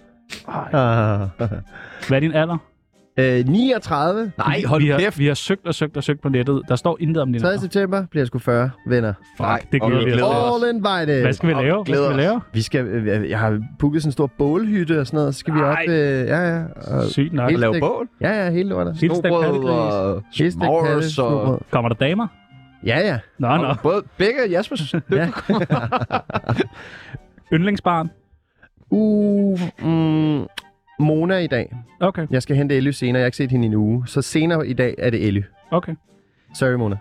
B: Hvad er din alder?
D: øh, 39.
A: Nej, hold
B: vi har,
A: kæft.
B: Vi har søgt og søgt og søgt på nettet. Der står intet om din
D: 3.
B: alder.
D: september bliver jeg sgu 40, venner.
A: Nej,
B: det glæder
A: okay,
B: vi os.
A: glæder
D: All invited.
B: Hvad skal vi
A: Åh,
B: lave? Hvad
A: glæder
B: skal vi lave?
D: Vi skal, øh, jeg har booket sådan en stor bålhytte og sådan noget. Så skal vi op...
B: Ej.
D: Øh, ja, ja. Og,
B: Sygt nok.
A: Og
D: Helt-
A: lave bål.
D: ja, ja, hele lortet.
B: Helt stegt
A: Snobrød
B: pattegris.
A: og
D: Helt stegt kalve,
A: s'mores og...
D: snobrød.
B: Kommer der damer?
D: Ja, ja.
B: Nå, nå.
A: og Både begge og Jaspers.
D: Ja.
B: Yndlingsbarn?
D: Uh, mm, Mona i dag.
B: Okay,
D: Jeg skal hente Elly senere. Jeg har ikke set hende i en uge. Så senere i dag er det Elly.
B: okay.
D: Sorry, Mona.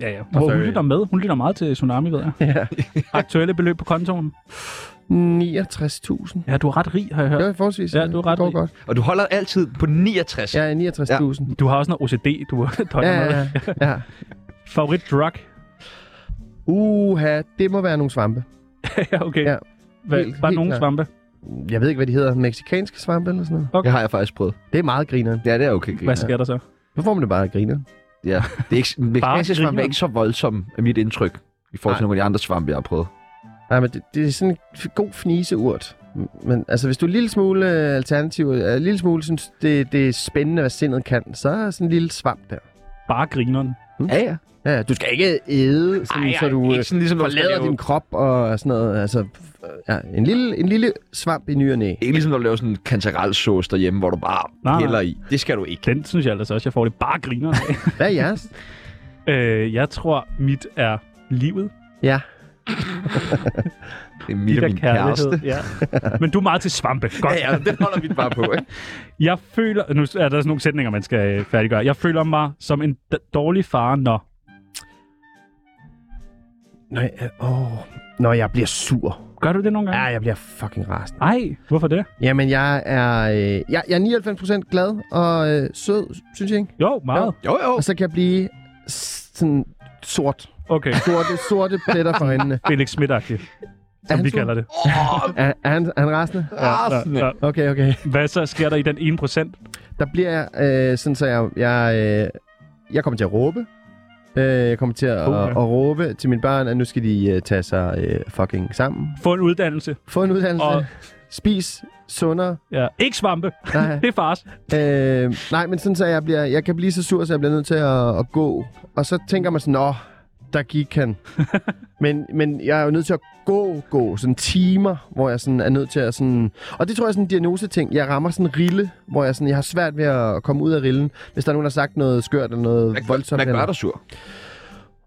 B: Ja, ja. Hvor hun
D: sorry.
B: lytter med. Hun lytter meget til Tsunami, ved jeg.
D: Ja.
B: Aktuelle beløb på kontoen?
D: 69.000.
B: Ja, du er ret rig, har jeg
D: Det
B: hørt.
D: var forholdsvis.
B: Ja, du er ret
D: Det går
B: rig.
D: godt.
A: og du holder altid på 69.
D: Ja, 69.000.
B: Du har også noget OCD, du
D: Ja,
B: døjer ja,
D: ja,
B: med.
D: ja. ja.
B: Favorit drug?
D: Uha, det må være nogle svampe.
B: ja, okay.
D: Ja.
B: Hvad,
D: Helt-
B: bare
D: helt
B: nogle
D: klart.
B: svampe?
D: Jeg ved ikke, hvad de hedder. Mexikanske svampe eller sådan noget.
A: Det har jeg faktisk prøvet.
D: Det er meget grineren.
A: Ja, det er okay.
B: Hvad
A: Grineren.
B: sker der så?
D: Nu får man det bare at grine.
A: Ja, det er ikke, mexikanske svampe er
B: grineren.
A: ikke så voldsom af mit indtryk, i forhold til nogle af de andre svampe, jeg har prøvet.
D: Nej, men det, det er sådan en f- god fniseurt. M- Men altså, hvis du er en lille smule øh, alternativ, øh, en lille smule synes, det, det er spændende, hvad sindet kan, så er sådan en lille svamp der. Hm?
B: Bare grineren.
A: Ja, ja.
D: Ja, ja, du skal ikke æde, sådan, ej, så du øh,
A: ikke sådan ligesom, når du skal
D: forlader
A: lave,
D: din krop og sådan noget. Altså, f- ja, en, lille, en lille svamp i ny og næ.
A: ikke ligesom, når du laver sådan en kantarelsauce derhjemme, hvor du bare
B: nej.
A: nej, hælder i. Det skal du ikke.
B: Den synes jeg altså også, jeg får det bare grineren. af.
D: Hvad er jeres?
B: øh, jeg tror, mit er livet.
D: Ja,
A: Det er mit og min kæreste.
B: Ja. Men du er meget til svampe. Godt.
A: Ja, ja, den holder vi bare på, ikke?
B: Jeg føler... Nu er der sådan nogle sætninger, man skal øh, færdiggøre. Jeg føler mig som en d- dårlig far, når...
D: Nå, jeg, åh. Nå, jeg bliver sur.
B: Gør du det nogle
D: Ja,
B: gange?
D: jeg bliver fucking rasende.
B: Nej. Hvorfor det?
D: Jamen, jeg er, øh, jeg, jeg er 99% glad og øh, sød, synes jeg ikke?
B: Jo, meget.
A: Jo, jo.
D: Og så kan jeg blive s- sådan sort.
B: Okay.
D: Sorte, sorte pletter for øjnene.
B: Felix schmidt
D: Er
B: som
D: han
B: vi
D: sur?
B: kalder det.
D: Er, er, han, er han rasende?
A: Rasende.
B: Ja.
D: Okay, okay.
B: Hvad så sker der i den ene procent?
D: Der bliver jeg øh, sådan, så jeg, jeg, øh, jeg kommer til at råbe. Øh, jeg kommer til at,
B: Puha.
D: at, at råbe til mine børn, at nu skal de uh, tage sig uh, fucking sammen.
B: Få en uddannelse.
D: Få en uddannelse.
B: Og-
D: Og... Spis sundere.
B: Ja. Ikke svampe.
D: Nej.
B: Det er fars.
D: Øh, nej, men sådan så jeg, bliver, jeg kan blive så sur, så jeg bliver nødt til at, at gå. Og så tænker man sådan, nå, der gik han. men, men jeg er jo nødt til at gå, gå, sådan timer, hvor jeg sådan er nødt til at sådan... Og det tror jeg er sådan en diagnoseting. Jeg rammer sådan en rille, hvor jeg, sådan, jeg har svært ved at komme ud af rillen, hvis der er nogen, der har sagt noget skørt eller noget
A: Hvad,
D: voldsomt.
A: hvad gør
D: eller-
A: dig sur?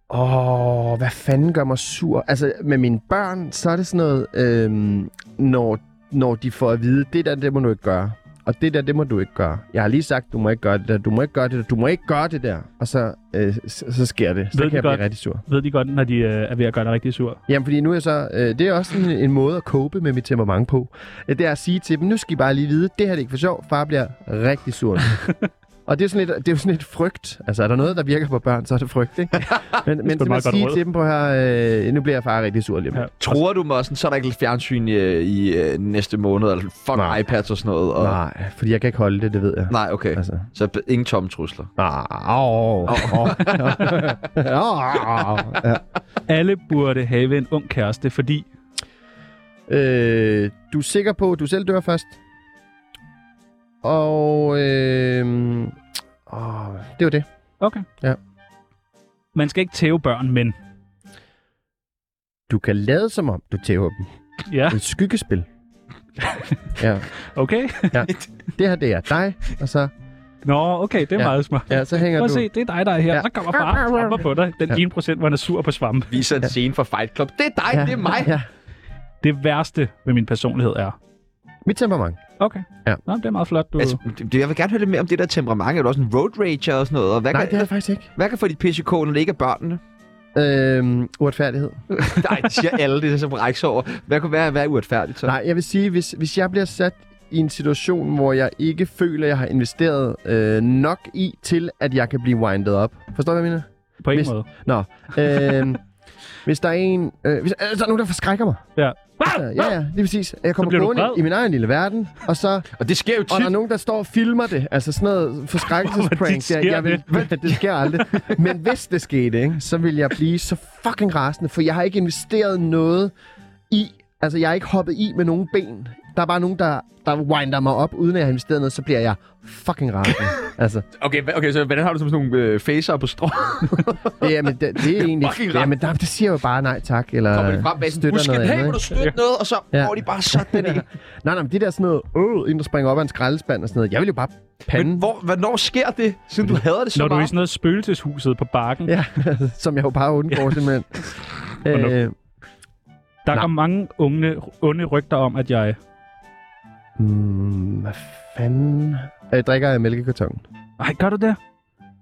D: Åh, oh, hvad fanden gør mig sur? Altså, med mine børn, så er det sådan noget, øhm, når, når de får at vide, det der, det må du ikke gøre. Og det der, det må du ikke gøre. Jeg har lige sagt, du må ikke gøre det der, du må ikke gøre det der, du må ikke gøre det der. Og så, øh, så, så sker det. Så
B: Ved
D: kan
B: de
D: jeg
B: godt?
D: blive rigtig sur.
B: Ved de godt, når de øh, er ved at gøre dig rigtig sur.
D: Jamen, fordi nu er jeg så... Øh, det er også en, en måde at cope med mit temperament på. Øh, Det er at sige til dem, nu skal I bare lige vide, det her det er ikke for sjov. Far bliver rigtig sur. nu." Og det er, sådan lidt, det er jo sådan lidt frygt. Altså, er der noget, der virker på børn, så er det frygt, ikke? Men, men
B: meget
D: simpelthen
B: godt
D: sige
B: råd.
D: til dem på her, øh, nu bliver jeg far rigtig sur lige om
B: Ja.
D: lidt.
A: Tror du mig sådan, så er der ikke lidt fjernsyn i, i øh, næste måned, eller fuck
D: Nej.
A: iPads og sådan noget? Og...
D: Nej, fordi jeg kan ikke holde det, det ved jeg.
A: Nej, okay.
D: Altså.
A: Så b- ingen tomme trusler.
D: Ah, oh, oh. ja.
B: Alle burde have en ung kæreste, fordi...
D: øh, du er sikker på, at du selv dør først? Og øh, oh, det var det.
B: Okay.
D: Ja.
B: Man skal ikke tæve børn, men...
D: Du kan lade som om, du tæver dem.
B: Ja,
D: Et skyggespil. ja.
B: okay.
D: Det her, det er dig, og så,
B: Nå, okay, det er ja.
D: Ja.
B: meget smart.
D: ja, så hænger
B: Prøv at
D: du...
B: se, det er dig, der er her. Ja.
D: Ja.
B: Så kommer far og tramper på dig. Den ene procent, hvor han er sur på svampe.
A: Viser en scene fra Fight Club. Det er dig,
D: Ja,
A: det er mig.
D: Ja.
B: Det værste ved min personlighed er...
D: Mit temperament.
B: Okay.
D: Ja.
B: Nå, det er meget flot, du...
A: Altså, det, jeg vil gerne høre lidt mere om det der temperament. Er du også en road rager og sådan noget? Og hvad,
D: Nej,
A: kan,
D: det er jeg faktisk ikke.
A: hvad kan få dit PCK, når det ikke er børnene?
D: Øhm, uretfærdighed.
A: Nej, det siger alle, det er så på rækse over. Hvad kunne være, hvad er uretfærdigt så?
D: Nej, jeg vil sige, hvis, hvis jeg bliver sat i en situation, hvor jeg ikke føler, jeg har investeret øh, nok i, til at jeg kan blive winded op. Forstår du, hvad jeg mener?
B: På en
D: hvis-
B: måde.
D: Nå. Øhm, hvis der er en... Øh, hvis, øh, der er nogen, der forskrækker mig.
B: Ja.
D: Ja, Altså, ja, ja lige præcis. Jeg kommer
B: bliver du
D: gående
B: vred.
D: i min egen lille verden, og så
A: Og det sker jo
D: Og der er
A: tit.
D: nogen, der står og filmer det. Altså sådan noget
B: Hvordan
D: forskrækkelsesprank.
B: sker
D: Jeg, jeg vil, det sker aldrig. Men hvis det skete, ikke, så ville jeg blive så fucking rasende, for jeg har ikke investeret noget i... Altså, jeg har ikke hoppet i med nogen ben. Der er bare nogen, der, der winder mig op, uden at jeg har investeret noget, så bliver jeg fucking rasende. altså,
A: Okay, hva- okay, så hvordan har du som sådan nogle øh, facer på strå?
D: det, er, men det, det er egentlig...
A: Fucking rasende.
D: Ja, men der, det siger jo bare nej tak, eller
A: Kommer de frem bag sådan
D: støtter
A: en busken,
D: noget
A: hey,
D: andet.
A: må
D: ikke?
A: du støtte noget, og så
D: Ja.
A: får de bare sådan det.
D: Nej, nej, men det der sådan noget, øh, en, der springer op af en skraldespand og sådan noget. Jeg vil jo bare pande.
A: Men hvor, hvornår sker det, siden du hader det så
B: Når du er i
A: meget?
B: sådan noget spøgelseshuset på bakken,
D: Ja, som jeg jo bare undgår simpelthen.
B: Fornuftigt.
D: Øh,
B: der
D: nej.
B: går mange unge, onde rygter om, at jeg...
D: hmm, hvad fanden? Jeg drikker af mælkekartongen.
B: Ej, gør du det?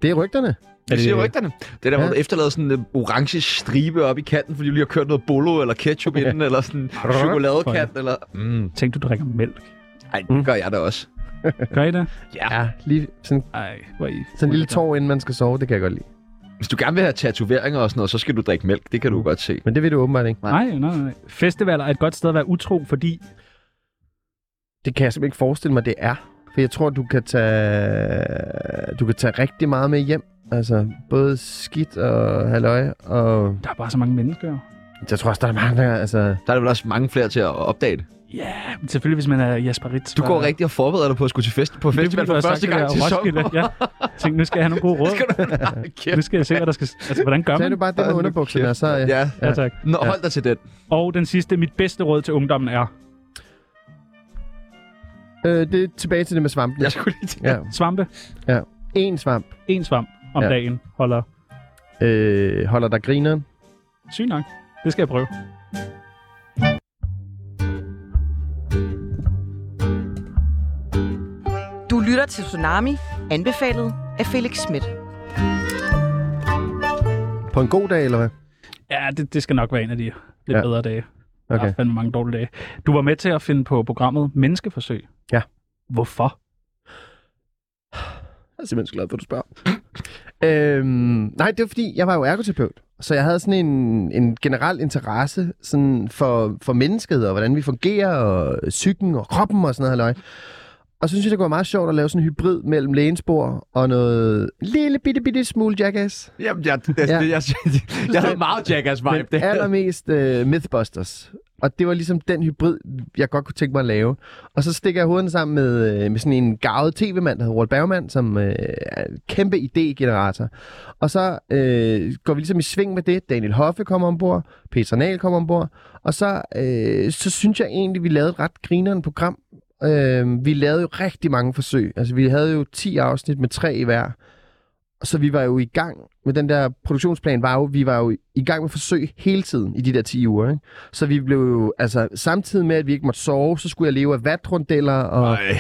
D: Det er rygterne.
A: Det siger rygterne. Det er der, hvor
D: Ja.
A: du efterlader sådan en øh, orange stribe op i kanten, fordi du lige har kørt noget bolo eller ketchup i den, eller sådan en chokoladekant, eller... Mm.
B: Tænk, du drikker mælk.
A: Ej,
D: Mm.
A: det gør jeg da også.
B: Gør I det?
D: Ja, lige sådan,
B: Ej, hvor er I...
D: sådan en lille tår, inden man skal sove, det kan jeg godt lide.
A: Hvis du gerne vil have tatoveringer og sådan noget, så skal du drikke mælk. Det kan
D: Mm.
A: du godt se.
D: Men det ved du åbenbart ikke.
B: Nej, nej, nej. Festivaler er et godt sted at være utro, fordi...
D: Det kan jeg simpelthen ikke forestille mig, det er. For jeg tror, du kan tage, du kan tage rigtig meget med hjem. Altså, både skidt og halløj. Og
B: Der er bare så mange mennesker.
D: jeg tror også, der er mange, der... Altså,
A: Der er der vel også mange flere til at opdage det.
B: Ja, yeah, selvfølgelig, hvis man er Jasper Ritz.
A: Du
B: fra-
A: går rigtig og forbereder dig på at skulle til fest på
B: Det ville
A: festival
B: du
A: for
B: have
A: første
B: sagt, det
A: gang
B: der
A: til
B: Roskilde.
A: sommer.
B: Ja. Tænk, nu skal jeg have nogle gode råd.
A: Skal du... Ej,
B: Nu
A: kæft.
B: skal jeg se, hvad der skal... Altså, hvordan gør
D: tag
B: man?
D: nu bare det med
A: Hold nu
D: underbukserne,
A: kæft.
D: og så... øh,
A: Ja.
B: Ja, tak.
A: Nå, hold dig til den.
B: Og den sidste, mit bedste råd til ungdommen er...
D: Øh, det er tilbage til det med svampene.
A: Jeg skulle lige til.
D: Ja.
B: Svampe.
D: En svamp
B: En svamp om ja.
D: Ja.
B: dagen holder.
D: øh, holder dig grineren.
B: Sygt nok. Det skal jeg prøve.
E: Du lytter til Tsunami, anbefalet af Felix Schmidt.
D: På en god dag, eller hvad?
B: Ja, det, det skal nok være en af de lidt ja.
D: Ja.
B: bedre dage. Jeg har
D: Okay.
B: haft fandme mange dårlige dage. Du var med til at finde på programmet Menneskeforsøg.
D: Ja.
B: Hvorfor?
D: Jeg er simpelthen så glad for, at du spørger. øhm, nej, det var fordi, jeg var jo ergoterapeut. Så jeg havde sådan en, en generel interesse sådan for, for mennesket, og hvordan vi fungerer, og psyken og kroppen og sådan noget. Halløj. Og så synes jeg, det kunne være meget sjovt at lave sådan en hybrid mellem lænespor og noget lille bitte bitte smule jackass.
A: Jamen, jeg, det, ja.
D: Ja.
A: jeg, jeg, jeg havde meget
D: Men
A: Jackass-vibe. Det.
D: allermest øh, Mythbusters. Og det var ligesom den hybrid, jeg godt kunne tænke mig at lave. Og så stikker jeg hovederne sammen med, øh, med sådan en garvet tv-mand, der hedder Walt Bergman, som øh, er en kæmpe idégenerator. Og så øh, går vi ligesom i sving med det. Daniel Hoffe kommer ombord, Peter Nahl kommer ombord. Og så, øh, så synes jeg egentlig, vi lavede et ret grinerende program. Øh, vi lavede jo rigtig mange forsøg. Altså, vi havde jo 10 afsnit med tre i hver. Så vi var jo i gang med den der produktionsplan, var jo, vi var jo i gang med forsøg hele tiden i de der 10 uger. Ikke? Så vi blev jo, altså samtidig med, at vi ikke måtte sove, så skulle jeg leve af vatrundeller, og,
A: Ej.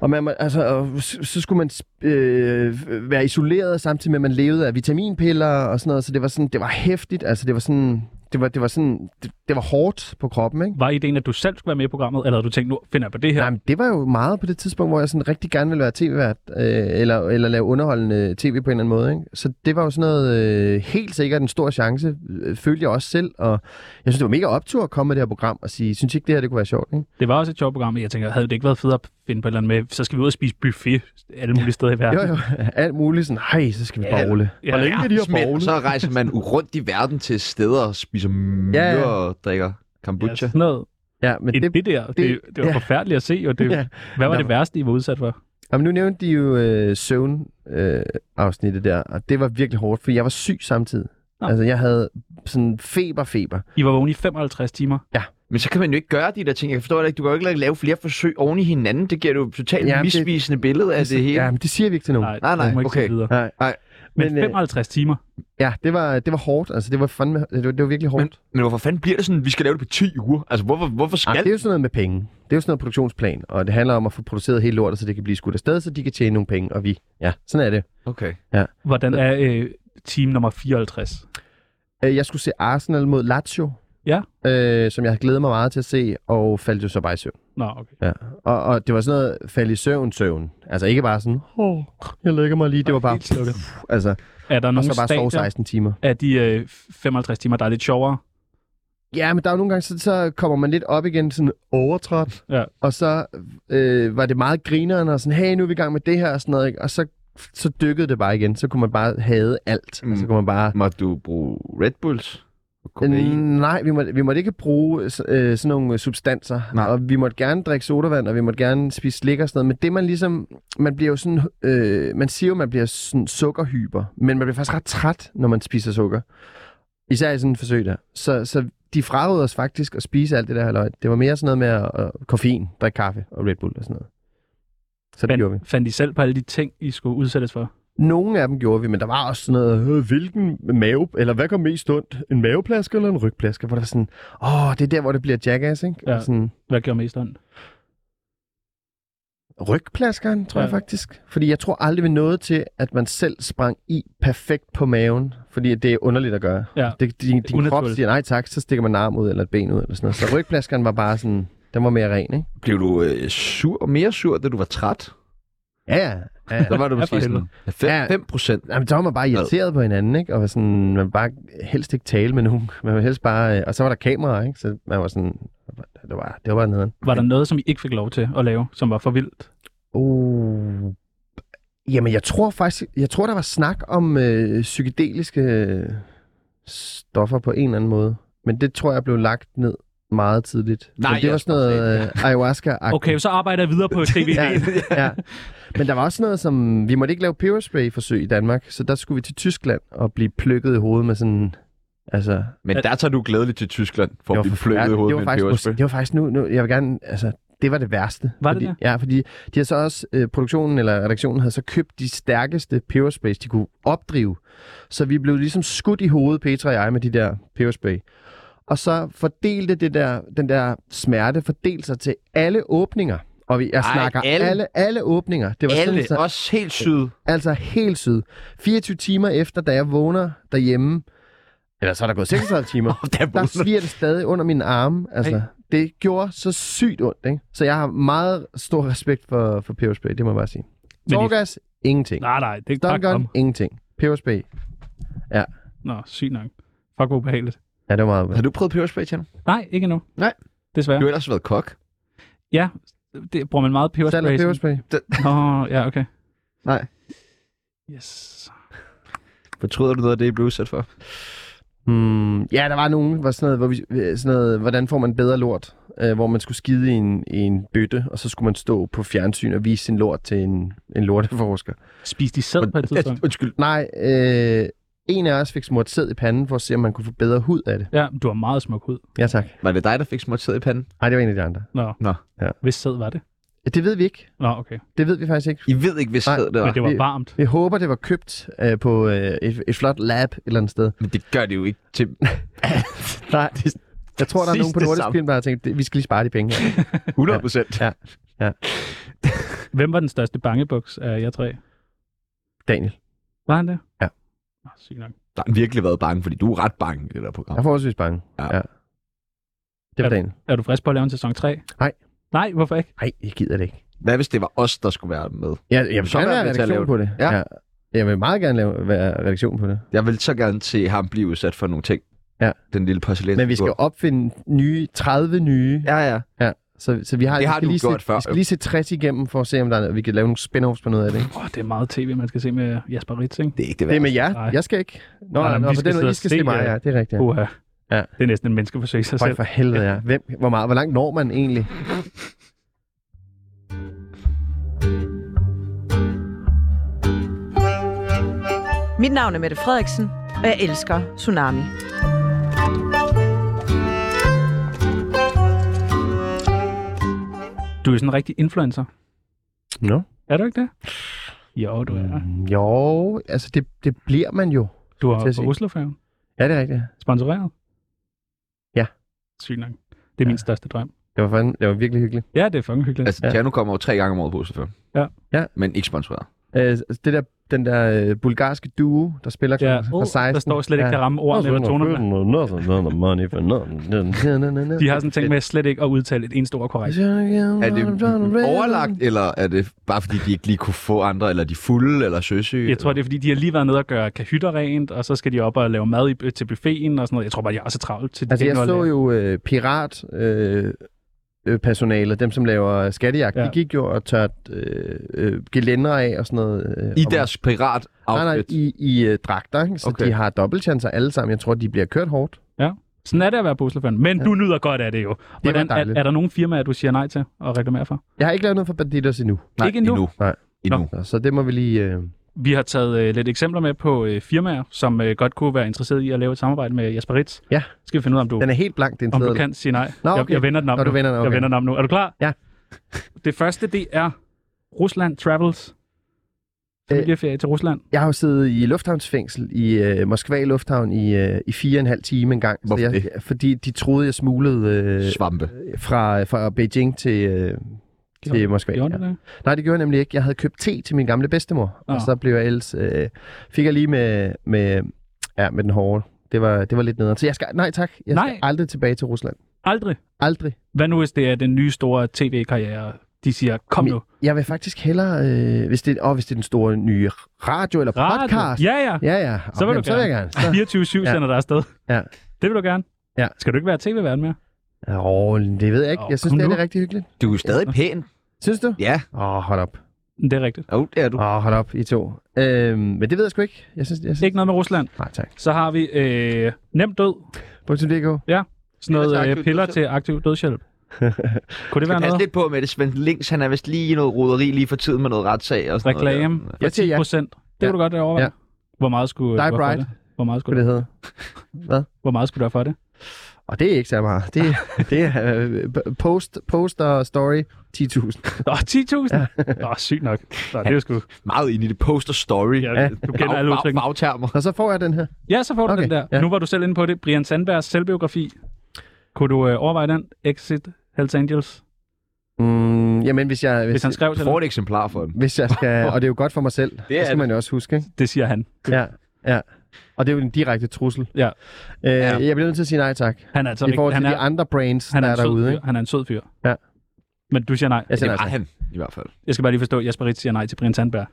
D: og, man, må- altså, og så, så skulle man øh, være isoleret, samtidig med, at man levede af vitaminpiller og sådan noget. Så det var sådan, det var hæftigt, altså det var sådan, det var, det var sådan, det, det var hårdt på kroppen, ikke?
B: Var ideen, at du selv skulle være med i programmet, eller havde du tænkt, nu finder jeg på det her?
D: Nej, men det var jo meget på det tidspunkt, hvor jeg sådan rigtig gerne ville være tv-vært, øh, eller, eller lave underholdende tv på en eller anden måde. Ikke? Så det var jo sådan noget øh, helt sikkert en stor chance, øh, følte jeg også selv. Og jeg synes, det var mega optur at komme med det her program og sige, synes I ikke det her det kunne være sjovt? Ikke?
B: Det var også et sjovt program, men jeg tænker, havde det ikke været fedt at finde på et eller andet med, så skal vi ud og spise buffet alle mulige steder i verden.
D: Jo, jo, alt muligt sådan, hej, så skal vi
A: Ja. altså,
D: bogle.
B: Ja,
D: længe vil de her
A: Smelt,
D: bogle?
A: så rejser man rundt i verden til steder og spiser myre
D: Ja, ja.
A: og drikker
B: Ja,
A: kombucha.
B: sådan noget.
D: Ja, men
B: Det,
D: det,
B: det der, det, det, var
D: ja.
B: forfærdeligt at se, og det,
D: Ja.
B: hvad var
D: Nå.
B: det værste, I var udsat for?
D: Jamen, nu nævnte de jo øh, søvnafsnittet øh, afsnittet der, og det var virkelig hårdt, for jeg var syg samtidig.
B: Nå.
D: Altså, jeg havde sådan feber-feber.
B: I var vågne i 55 timer.
A: Men så kan man jo ikke gøre de der ting. Jeg forstår det ikke. Du kan jo ikke lave flere forsøg oven i hinanden. Det giver jo et totalt
D: Jamen,
A: ja,
D: det-
A: misvisende billede af det hele.
D: Ja, men det siger vi ikke til nogen.
B: Nej,
A: Nej, nej,
B: jeg må ikke
A: okay.
B: sige videre.
D: Nej.
B: Men,
D: Men, øh,
B: 55 timer.
D: Ja, det var, det var hårdt. Altså, det var, fandme, det var, det var virkelig hårdt.
A: Men, men hvorfor fanden bliver det sådan, vi skal lave det på 10 uger? Altså, hvorfor, hvorfor skal...
D: Jamen, det er jo sådan noget med penge. Det er jo sådan noget produktionsplan, og det handler om at få produceret hele lortet, så det kan blive skudt afsted, så de kan tjene nogle penge, og vi. Ja, sådan er det.
A: Okay.
B: Hvordan er øh, team nummer 54?
D: Øh, Jeg skulle se Arsenal mod Lazio,
B: Ja.
D: øh, som jeg havde glædet mig meget til at se, og faldt jo så bare i søvn.
B: Nå, okay.
D: Ja. Og, og det var sådan noget fald i søvn, søvn. Altså ikke bare sådan, oh, jeg lægger mig lige. Det var bare,
B: Helt slukket.
D: altså,
B: Er der
D: og
B: nogle
D: så bare sove
B: stadier
D: 16 timer.
B: af de øh, 55 timer, der er lidt sjovere?
D: Ja, men der er jo nogle gange, så, så kommer man lidt op igen, sådan overtrådt.
B: Ja.
D: Og så øh, var det meget grineren, og sådan, hey, nu er vi i gang med det her, og sådan noget, ikke? Og så, så dykkede det bare igen. Så kunne man bare have alt. Mm.
A: Mm.
D: Og så kunne man bare...
A: Må du bruge Red Bulls? Og
D: Øh,
A: kokain?
D: Nej, vi måtte, vi måtte ikke bruge øh, sådan nogle øh, substanser.
A: Nej.
D: Og vi måtte gerne drikke sodavand, og vi måtte gerne spise slik og sådan noget. Men det man ligesom... Man bliver jo sådan... Øh, man siger jo, man bliver sådan sukkerhyper. Men man bliver faktisk ret træt, når man spiser sukker. Især i sådan et forsøg der. Så, så de frarådede os faktisk at spise alt det der halløj. Det var mere sådan noget med at, at koffein, drikke kaffe og Red Bull og sådan noget. Så det gjorde vi.
B: Fandt, fandt I selv på alle de ting, I skulle udsættes for?
D: Nogle af dem gjorde vi, men der var også sådan noget, øh, hvilken mave, eller hvad går mest ondt? En maveplasker eller en rygplasker? Hvor der var sådan, åh, det er der, hvor det bliver jackass, ikke?
B: Ja.
D: Og sådan,
B: Hvad gjorde mest ondt?
D: rygplaskeren, tror
B: Ja.
D: ja. jeg faktisk. Fordi jeg tror aldrig, vi nåede til, at man selv sprang i perfekt på maven, fordi det er underligt at gøre.
B: Ja.
D: Det, din din krop
B: Unaturligt.
D: siger nej tak, så stikker man en arm ud eller et ben ud eller sådan noget. Så rygplaskeren var bare sådan, den var mere ren, ikke?
A: Blev du øh, sur, mere sur, da du var træt?
D: Ja, ja. ja.
A: Der var du
B: Ja, for
A: måske sådan
B: helvede.
D: Ja.
A: 5 procent.
D: Jamen, så var man bare irriteret på hinanden, ikke? Og var sådan, man ville bare helst ikke tale med nogen. Man ville helst bare... øh, Og så var der kameraer, ikke? Så man var sådan... Det var, det var bare nederen.
B: Var der noget, som I ikke fik lov til at lave, som var for vildt?
D: Uh. Jamen, jeg tror faktisk... Jeg tror, der var snak om øh, psykedeliske øh, stoffer på en eller anden måde. Men det tror jeg blev lagt ned meget tidligt.
A: Nej,
D: Men det
A: jeg
D: var sådan
A: tror
D: noget øh, ayahuasca
B: Okay, så arbejder jeg videre på tv
D: ja, ja. Men der var også noget som... Vi måtte ikke lave peberspray-forsøg i Danmark, så der skulle vi til Tyskland og blive plukket i hovedet med sådan... Altså,
A: Men der tager du glædeligt til Tyskland for at blive
D: forfærdeligt.
A: fløjtet i hovedet
D: det
A: med
D: var
A: en
D: faktisk,
A: peberspray.
D: det var faktisk nu, nu, jeg vil gerne, altså, det var det værste.
B: Var det
D: fordi, Ja, fordi de har så også, øh, produktionen eller redaktionen havde så købt de stærkeste pebersprays, de kunne opdrive. Så vi blev ligesom skudt i hovedet, Petra og jeg, med de der peberspray. Og så fordelte det der, den der smerte, fordelte sig til alle åbninger. Og vi, jeg
A: Ej,
D: snakker
A: alle?
D: alle, alle åbninger. Det var sådan,
A: Alle,
D: så,
A: også helt syd.
D: Altså helt syd. 24 timer efter, da jeg vågner derhjemme, eller så er der gået 36 timer,
A: Der
D: der
A: vågner-
D: sviger det stadig under mine arme. Altså,
B: Ej.
D: det gjorde så sygt ondt, ikke? Så jeg har meget stor respekt for, for peberspray, det må jeg bare sige.
B: I-
D: Torgas, ingenting.
B: Nej, nej, det er ikke bare
D: Dungun,
B: kom.
D: ingenting. Peberspray,
B: Nå, sygt nok. Fuck, hvor ubehageligt.
D: ja, det var meget...
A: Har du prøvet peberspray, Tjerno?
B: Nej, ikke endnu.
A: Nej.
B: Desværre.
A: Du har ellers været kok.
B: Ja, det, bruger man meget peberspray?
D: Salt og peberspray.
B: Åh, ja, okay.
A: Nej.
B: Yes.
A: Fortryder du noget af det, I blev udsat for?
D: Mm, ja, der var nogen, hvor sådan noget, hvor vi, øh, sådan noget, hvordan får man bedre lort? Øh, hvor man skulle skide i en, i en bøtte, og så skulle man stå på fjernsyn og vise sin lort til en, en lorteforsker.
B: Spiste de sæd på et
D: Øh,
B: tidspunkt?
D: undskyld, nej. Øh, en af os fik smurt sæd i panden for at se, om man kunne få bedre hud af det.
B: Ja, du har meget smuk hud.
D: Ja, tak.
A: Var det dig, der fik smutset i panden?
D: Nej, det var en af de andre.
B: Nå.
A: Nå.
D: Ja.
B: Hvis sæd var det?
D: Ja, Det ved vi ikke.
B: Nå, okay.
D: Det ved vi faktisk ikke.
A: I ved ikke, hvis
D: Nej,
A: sæd det var.
B: Men det var
D: vi-
B: varmt.
D: Vi håber, det var købt øh, på øh, et, et flot lab et eller andet sted.
A: Men det gør det jo ikke til
D: Nej, jeg tror, der er
A: Præcis
D: nogen på
A: det
D: Nordisk
A: samme.
D: Film, der har tænkt, "Det- vi skal lige spare de penge her.
A: 100 procent.
D: Ja.
B: Hvem var den største bangebuks af jer tre?
D: Daniel,
B: Var han det?
D: Ja.
B: Nå, sygt nok.
A: Der har virkelig været bange, fordi du er ret bange i det der program.
D: jeg er forholdsvis bange.
A: Ja.
D: Det var
B: Ja.
D: Daniel.
B: Er du frisk på at lave en sæson 3?
D: Nej.
B: Nej, hvorfor ikke?
D: Nej, jeg gider det ikke.
A: Hvad hvis det var os, der skulle være med?
D: Jeg, jeg vil
A: Så
D: gerne
A: er
D: være
A: det til at
D: redaktion
A: lave
D: på det.
A: Ja.
D: Jeg vil meget gerne lave, være redaktion på det.
A: Jeg vil så gerne se ham blive udsat for nogle ting.
D: Ja.
A: Den lille porcelæn.
D: Men vi skal jo opfinde nye, 30 nye.
A: Ja, ja.
D: Så, så vi har,
A: Det
D: vi
A: har
D: skal
A: du
D: lige
A: gjort
D: se,
A: før.
D: Vi skal lige se 60 igennem for at se, om der er, noget- vi kan lave nogle spin-offs på noget af det. Ikke?
B: Åh, oh, det er meget tv, man skal se med Jasper Ritz, ikke?
A: Det er ikke det værd.
D: Det er med jer.
B: Nej.
D: Jeg skal ikke. Nå,
B: Nej,
D: nej,
B: men
D: nå,
B: vi
D: for
B: skal
D: den
B: sidde
D: måde, I
B: og
D: skal
B: se,
D: se mig.
B: øh,
D: Ja, det er rigtigt. Ja.
B: Uha.
D: Ja.
B: Det er næsten en menneskeforsøg i sig
D: Høj
B: selv.
D: for helvede, ja. Hvem, hvor, meget, hvor langt når man egentlig?
E: Mit navn er Mette Frederiksen, og jeg elsker Tsunami.
B: Du er sådan en rigtig influencer.
D: Nå.
B: Er du ikke det? Jo, du er.
D: Mm, Jo, altså det, det bliver man jo.
B: Du er
D: Til at
B: på
D: sige.
B: Oslofærgen.
D: Ja, det er rigtigt.
B: Sponsoreret?
D: Ja.
B: Sygt nok. Det er min største drøm.
D: Det var, fandme, det var virkelig hyggeligt.
B: Mm. Ja, det er fucking hyggeligt.
A: Altså,
D: Ja.
A: Tjerno kommer jo tre gange om året på Oslofjord.
B: Ja.
D: Ja.
A: Men ikke sponsoreret.
D: Øh, altså, det der, den der øh, bulgarske duo, der spiller
B: Ja,
D: klokken fra 16.
B: der står slet ikke,
D: ja.
B: kan ramme ordene eller tonerne. De har sådan tænkt med slet ikke at udtale et eneste ord korrekt.
A: Er det overlagt, eller er det bare fordi, de ikke lige kunne få andre, eller de er fulde, eller søsyge?
B: Jeg tror, det er, fordi de har lige været nede og gøre kahytter rent, og så skal de op og lave mad i, til buffeten og sådan noget. Jeg tror bare, jeg er så travlt til
D: Altså,
B: det.
D: jeg så jo øh, pirat... Øh, øh, personalet, dem som laver skattejagt, ja.
B: Ja.
D: de gik jo og tørte øh, øh, gelænder af og sådan noget. Øh,
A: I
D: om-
A: deres pirat
D: Nej, nej, i, i øh, dragter, ikke? så
A: Okay.
D: okay. de har dobbeltchancer alle sammen. Jeg tror, de bliver kørt hårdt.
B: Sådan er det at være på Oslofjorden. Men ja. du nyder godt af det jo. Hvordan, er,
D: dejligt.
B: er, der nogle firmaer, du siger nej til at reklamere for?
D: Jeg har ikke lavet noget for Banditos endnu,
A: nej,
B: ikke endnu.
A: endnu.
D: Nej.
A: Endnu.
D: så, så det må vi lige... Øh,
B: Vi har taget øh, lidt eksempler med på øh, firmaer, som øh, godt kunne være interesseret i at lave et samarbejde med Jasper Ritz.
D: Ja.
B: Så skal vi finde ud af, om du,
D: den er helt blank, den
B: om du
D: sædel.
B: kan sige nej.
D: Nå,
B: Jeg,
D: okay.
B: jeg vender den om
D: Nå,
B: nu.
D: du vender den, okay.
B: Jeg vender den om nu. Er du klar?
D: Ja.
B: Det første, det er Rusland Travels.
D: Øh.
B: Familieferie til Rusland.
D: Jeg har jo siddet i lufthavnsfængsel i øh, Moskva Lufthavn i, øh, i fire og en halv time engang.
A: Hvorfor
D: jeg,
A: det?
D: Fordi de troede, jeg smuglede øh,
A: Svampe.
D: fra, fra Beijing til, øh, til Moskva.
B: Gjorde du det?
D: Nej, det gjorde jeg nemlig ikke. Jeg havde købt te til min gamle bedstemor,
B: Nå.
D: og så blev jeg ellers, øh, fik jeg lige med, med, ja, med den hårde. Det var, det var lidt nederen. Så jeg skal, nej tak, jeg
B: Nej.
D: skal aldrig tilbage til Rusland.
B: Aldrig.
D: Aldrig.
B: Hvad nu, hvis det er den nye store tv-karriere? De siger, kom nu.
D: Jeg vil faktisk hellere, øh, hvis, det, åh, hvis det er den store nye radio eller
B: Radio.
D: podcast.
B: Ja, ja.
D: Ja, ja.
B: Så vil du
D: så vil jeg gerne. Så.
B: 24-7
D: Ja.
B: sender dig afsted.
D: Ja.
B: Det vil du gerne.
D: Ja.
B: Skal du ikke være tv-vært mere?
D: Åh, det ved jeg ikke.
B: Åh,
D: Jeg synes,
B: kom
D: det er
B: nu.
D: det rigtig hyggeligt.
A: Du er jo stadig
B: øh.
A: pæn.
D: Synes du?
A: Ja,
D: Åh, oh, hold op.
B: Det er rigtigt.
A: jo, det er du.
D: Åh, oh, hold op, I to. Øhm, men det ved jeg sgu ikke. Jeg synes, jeg synes...
B: Ikke noget med Rusland.
D: Nej, tak.
B: Så har vi øh, nemt død.
D: .dk.
B: Sådan
A: Piller til
B: noget øh,
A: altså, aktiv
B: piller
A: dødshjælp.
B: til aktiv dødshjælp. Kunne det være
A: Pas
B: noget?
A: lidt på med det. Svend Links, han er vist lige i noget roderi lige for tiden med noget retssag og sådan
B: Reklame
A: noget.
B: for
D: Jeg siger
B: 10
D: ja.
B: procent. Det kunne du godt overveje.
D: Ja.
B: Hvor meget skulle
D: Die
B: du have for
D: Bright.
B: det? Hvor meget
D: Hvad
B: skulle
D: det
B: du,
D: hedder.
B: hvor meget skulle du have for det?
D: Og det er ikke så meget. Det, det er øh, post, post og story 10.000.
B: Nå, 10.000? Nå, sygt nok. Nå, det er jo sgu.
A: Der. Meget ind i det poster story.
B: Ja, du kender alle udtrykken.
A: Bagtermer.
D: Og så får jeg den her.
B: Ja, så får du
D: Okay,
B: den der.
D: ja.
B: Nu var du selv inde på det. Brian Sandbergs selvbiografi. Kunne du øh, overveje den? Exit Hells Angels.
D: Mm, jamen, hvis jeg...
B: Hvis han skrev
A: Du
B: til
A: får
B: dig.
A: et eksemplar for den.
D: Hvis jeg skal, og det er jo godt for mig selv, det,
A: er
D: det skal
A: det.
D: man jo også huske, ikke?
B: Det siger han.
D: Ja, ja. Og det er jo en direkte trussel.
B: Ja.
D: Øh,
A: Ja.
D: Jeg bliver nødt til at sige nej tak.
B: Han er altså
D: I forhold
B: ikke,
D: til
B: han
D: de
B: er,
D: andre brains,
B: han
D: der
B: er,
D: er
B: en sød
D: derude.
B: fyr.
D: Ikke?
B: Han er en sød fyr.
D: Ja.
B: Men du siger nej.
D: Jeg siger
A: Det var
D: nej tak.
A: han, i hvert fald.
B: Jeg skal bare lige forstå, at Jesper Ritz siger nej til Brian Sandberg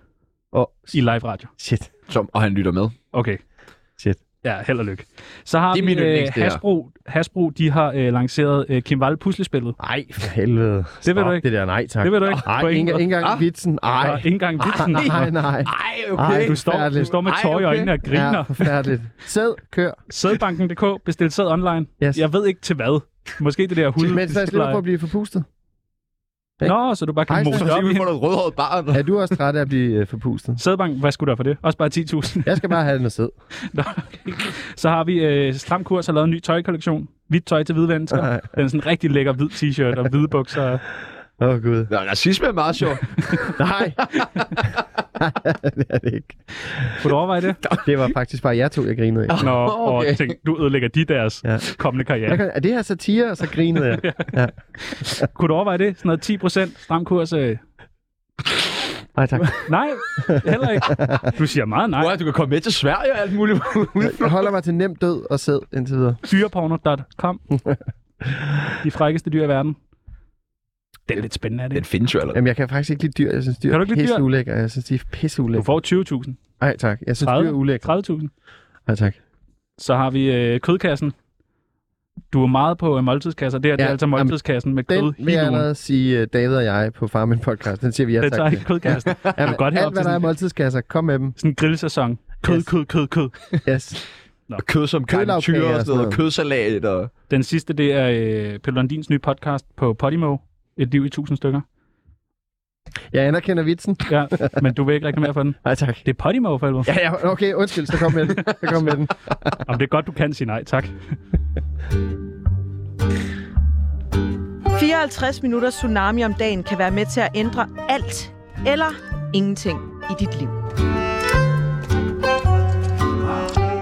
D: Åh,
B: i live radio.
D: shit.
A: Som, og han lytter med.
B: Okay.
D: Shit.
B: Ja, held og lykke. Så har
A: Det er min
B: vi øh,
A: yndlings, det her.
B: Hasbro. Hasbro, de har øh, lanceret øh, Kim Wall puslespillet.
D: Ej, for helvede. Det
B: vil du ikke.
D: Det der, nej tak.
B: Det vil du ikke.
D: Ej,
B: På ingen
D: ikke
B: måde.
D: ikke engang
A: Ah.
D: vitsen. Ej,
B: Der er ikke engang vitsen.
D: Ej, nej, nej.
A: Ej,
D: Ej,
B: Du står, du
D: forfærdeligt.
B: står med
A: Ej,
B: tøj i
A: okay.
B: øjnene og
D: Ja,
B: griner.
D: forfærdeligt. Sæd, kør.
B: Sædbanken.dk, bestil sæd online.
D: Yes.
B: Jeg ved ikke til hvad. Måske det der hul.
D: Mens jeg slipper for at blive forpustet.
B: Nå, så du bare kan
D: Ej,
B: mose
D: så
A: Så
B: op
A: vi
B: i
A: får noget rødhåret barn.
D: Er du også træt af at blive øh, forpustet?
B: Sædbank, hvad skulle der for det? Også bare 10.000.
D: Jeg skal bare have noget sæd.
B: Nå, okay. Så har vi øh, Stram Kurs har lavet en ny tøjkollektion. Hvidt tøj til hvide mennesker.
D: Ej.
B: Den er sådan en rigtig lækker hvid t-shirt og hvide bukser.
D: Åh, oh, Gud.
A: Nå, racisme er meget sjovt.
D: Nej. det er det ikke.
B: Kunne du overveje det?
D: Det var faktisk bare jer to, jeg grinede af.
B: Nå,
A: Okay.
B: og tænk, du ødelægger de deres
D: Ja.
B: kommende karriere.
D: Jeg kan, er det her satire? Og så grinede jeg.
B: Kunne du overveje det? Sådan noget 10 procent stram kurs? Øh...
D: Nej, tak.
B: Nej, heller ikke. Du siger meget nej.
A: Hvor er det, du kan komme med til Sverige og alt muligt.
D: Jeg holder mig til nemt død og sæd indtil videre.
B: Dyreporno.com De frækkeste dyr i verden. Det er lidt spændende, er det?
A: Den
B: ikke?
A: findes jo allerede.
D: Jamen, jeg kan faktisk ikke lide dyr. Jeg synes, dyr
B: Kan du ikke
D: er
B: lide dyr?
D: pisse ulækre. Jeg synes, de er pisse
B: Du
D: ulækre.
B: får 20.000.
D: Nej, tak. Jeg synes, dyr er ulækre.
B: 30.000.
D: Nej, tak.
B: Så har vi øh, kødkassen. Du er meget på øh, måltidskasser. Det her det er
D: Ja,
B: altså
D: jamen,
B: måltidskassen med
D: Den
B: kød
D: vil jeg
B: hele ugen.
D: allerede sige, øh, David og jeg på Farmin Podcast. Den siger vi ja
B: Den
D: tak.
B: tager
D: til.
B: ikke kødkassen. Jeg vil godt
D: alt,
B: herop
D: hvad
B: til
D: der er i
B: sådan,
D: måltidskasser, kom med dem.
B: sådan en grillsæson. Kød,
D: Yes.
B: kød, kød, kød.
D: Yes.
A: Og kød som
D: Kødlagkager
A: garantyre og
D: og
A: sådan
D: sådan
A: noget. Og kødsalat og...
B: Den sidste, det er øh, Pelle Lundins nye podcast på Podimo. Et liv i tusind stykker.
D: Jeg anerkender vitsen.
B: Ja, men du vil ikke reklamere for den.
D: Nej, tak.
B: Det er Podimo for helvede.
D: Ja, ja, okay, undskyld, så kom med den. Så kom med den.
B: Jamen, det er godt, du kan sige nej, tak.
E: 54 minutter tsunami om dagen kan være med til at ændre alt eller ingenting i dit liv.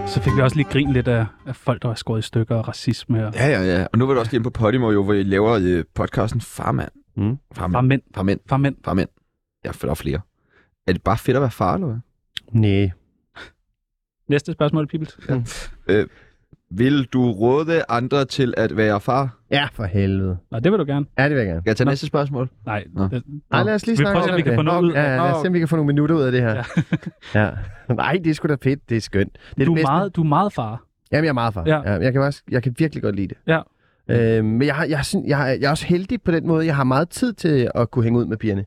B: Så fik vi også lige grin lidt af, af folk, der er skåret i stykker og racisme. Og...
A: Ja, ja, ja. Og nu var du også lige inde på Podimo, jo, hvor I laver øh, podcasten Farmand.
D: Mm.
B: Bare
A: Farmand.
B: mænd,
A: Farmand.
B: bare mænd.
A: Farmand. Jeg føler flere. Er det bare fedt at være far, eller hvad?
D: Nej.
B: Næste spørgsmål, Pibels.
A: Vil du råde andre til at være far?
D: Ja, for helvede.
B: Nej, det vil du gerne.
D: Ja, det vil jeg gerne.
A: Skal jeg tage næste spørgsmål?
B: Nej,
A: Nå.
B: det,
D: Nej, lad os lige
B: vi
D: snakke
B: prøver, at
D: om
B: vi kan
D: det.
B: få noget ud.
D: Ja, lad os se, om vi kan få nogle minutter ud af det her.
B: Ja.
D: Ja. ja. Nej, det er sgu da fedt. Det er skønt. Det er det
B: Du er
D: bedste.
B: meget, du er meget far.
D: Jamen, jeg er meget far.
B: Ja.
D: Ja. Ja, jeg, kan også, jeg kan virkelig godt lide det.
B: Ja.
D: Øh, men jeg, har- jeg, synes, jeg, er- jeg er også heldig på den måde. Jeg har meget tid til at kunne hænge ud med pigerne.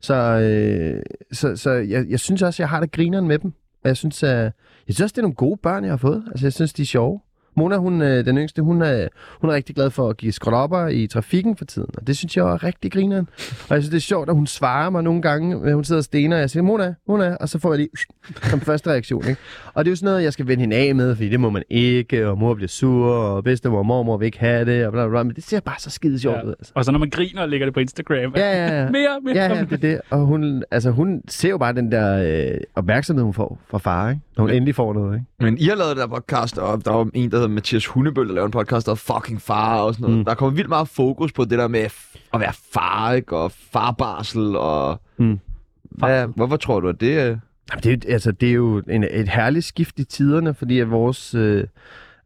D: Så, øh, så, så jeg, jeg synes også, jeg har det grineren med dem. Og jeg synes, at, jeg synes også, det er nogle gode børn, jeg har fået. Altså, jeg synes, de er sjove. Mona, hun, øh, den yngste, hun er, hun er rigtig glad for at give skrotopper i trafikken for tiden. Og det synes jeg er rigtig grineren. Og jeg synes, det er sjovt, at hun svarer mig nogle gange. øh, Hun sidder og stener, og jeg siger, Mona, Mona. Og så får jeg lige som første reaktion. Ikke? Og det er jo sådan noget, jeg skal vende hende af med, fordi det må man ikke, og mor bliver sur, og bedstemor og mormor vil ikke have det, og bla, bla, bla. Men det ser bare så skide sjovt
B: Ja.
D: ja. ud, altså.
B: Og så når man griner og lægger det på Instagram.
D: Ja, ja, ja.
B: Mere, mere.
D: Ja, ja, det er det. Og hun, altså, hun ser jo bare den der øh, opmærksomhed, hun får fra far, ikke? Når hun endelig får noget, ikke?
A: Men I har lavet den der podcast, og der var en, der hedder Mathias Hundebøl, der lavede en podcast, der hedder Fucking Far og sådan noget. Mm. Der kommer vildt meget fokus på det der med f- at være far, ikke? Og farbarsel og...
D: Mm.
A: Hvad, hvorfor tror du, at det... øh,
D: Jamen, det, er- altså, det er jo en, et herligt skift i tiderne, fordi at vores... Øh,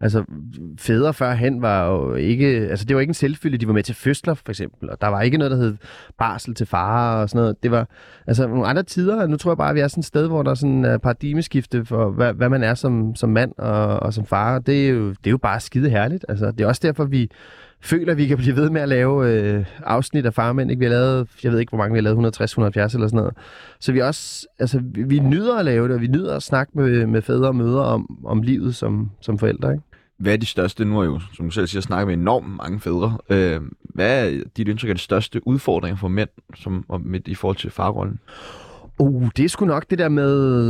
D: Altså, fædre førhen var jo ikke... Altså, det var ikke en selvfølge. De var med til fødsler, for eksempel. Og der var ikke noget, der hed barsel til far og sådan noget. Det var altså nogle andre tider. og Nu tror jeg bare, at vi er sådan et sted, hvor der er sådan et paradigmeskifte for, hvad, hvad man er som, som mand og, og som far. Og Det er, jo, det er jo bare skide herligt. Altså, det er også derfor, vi føler, at vi kan blive ved med at lave øh, afsnit af farmænd. Ikke? Vi har lavet, jeg ved ikke, hvor mange vi har lavet, 160, 170 eller sådan noget. Så vi også, altså, vi, vi nyder at lave det, og vi nyder at snakke med, med fædre og mødre om, om livet som, som forældre. Ikke?
A: Hvad er de største? Nu er jeg jo, som du selv siger, snakket med enormt mange fædre. Øh, hvad er dit indtryk af de største udfordringer for mænd som, og med, i forhold til farrollen?
D: Uh, det er sgu nok det der med,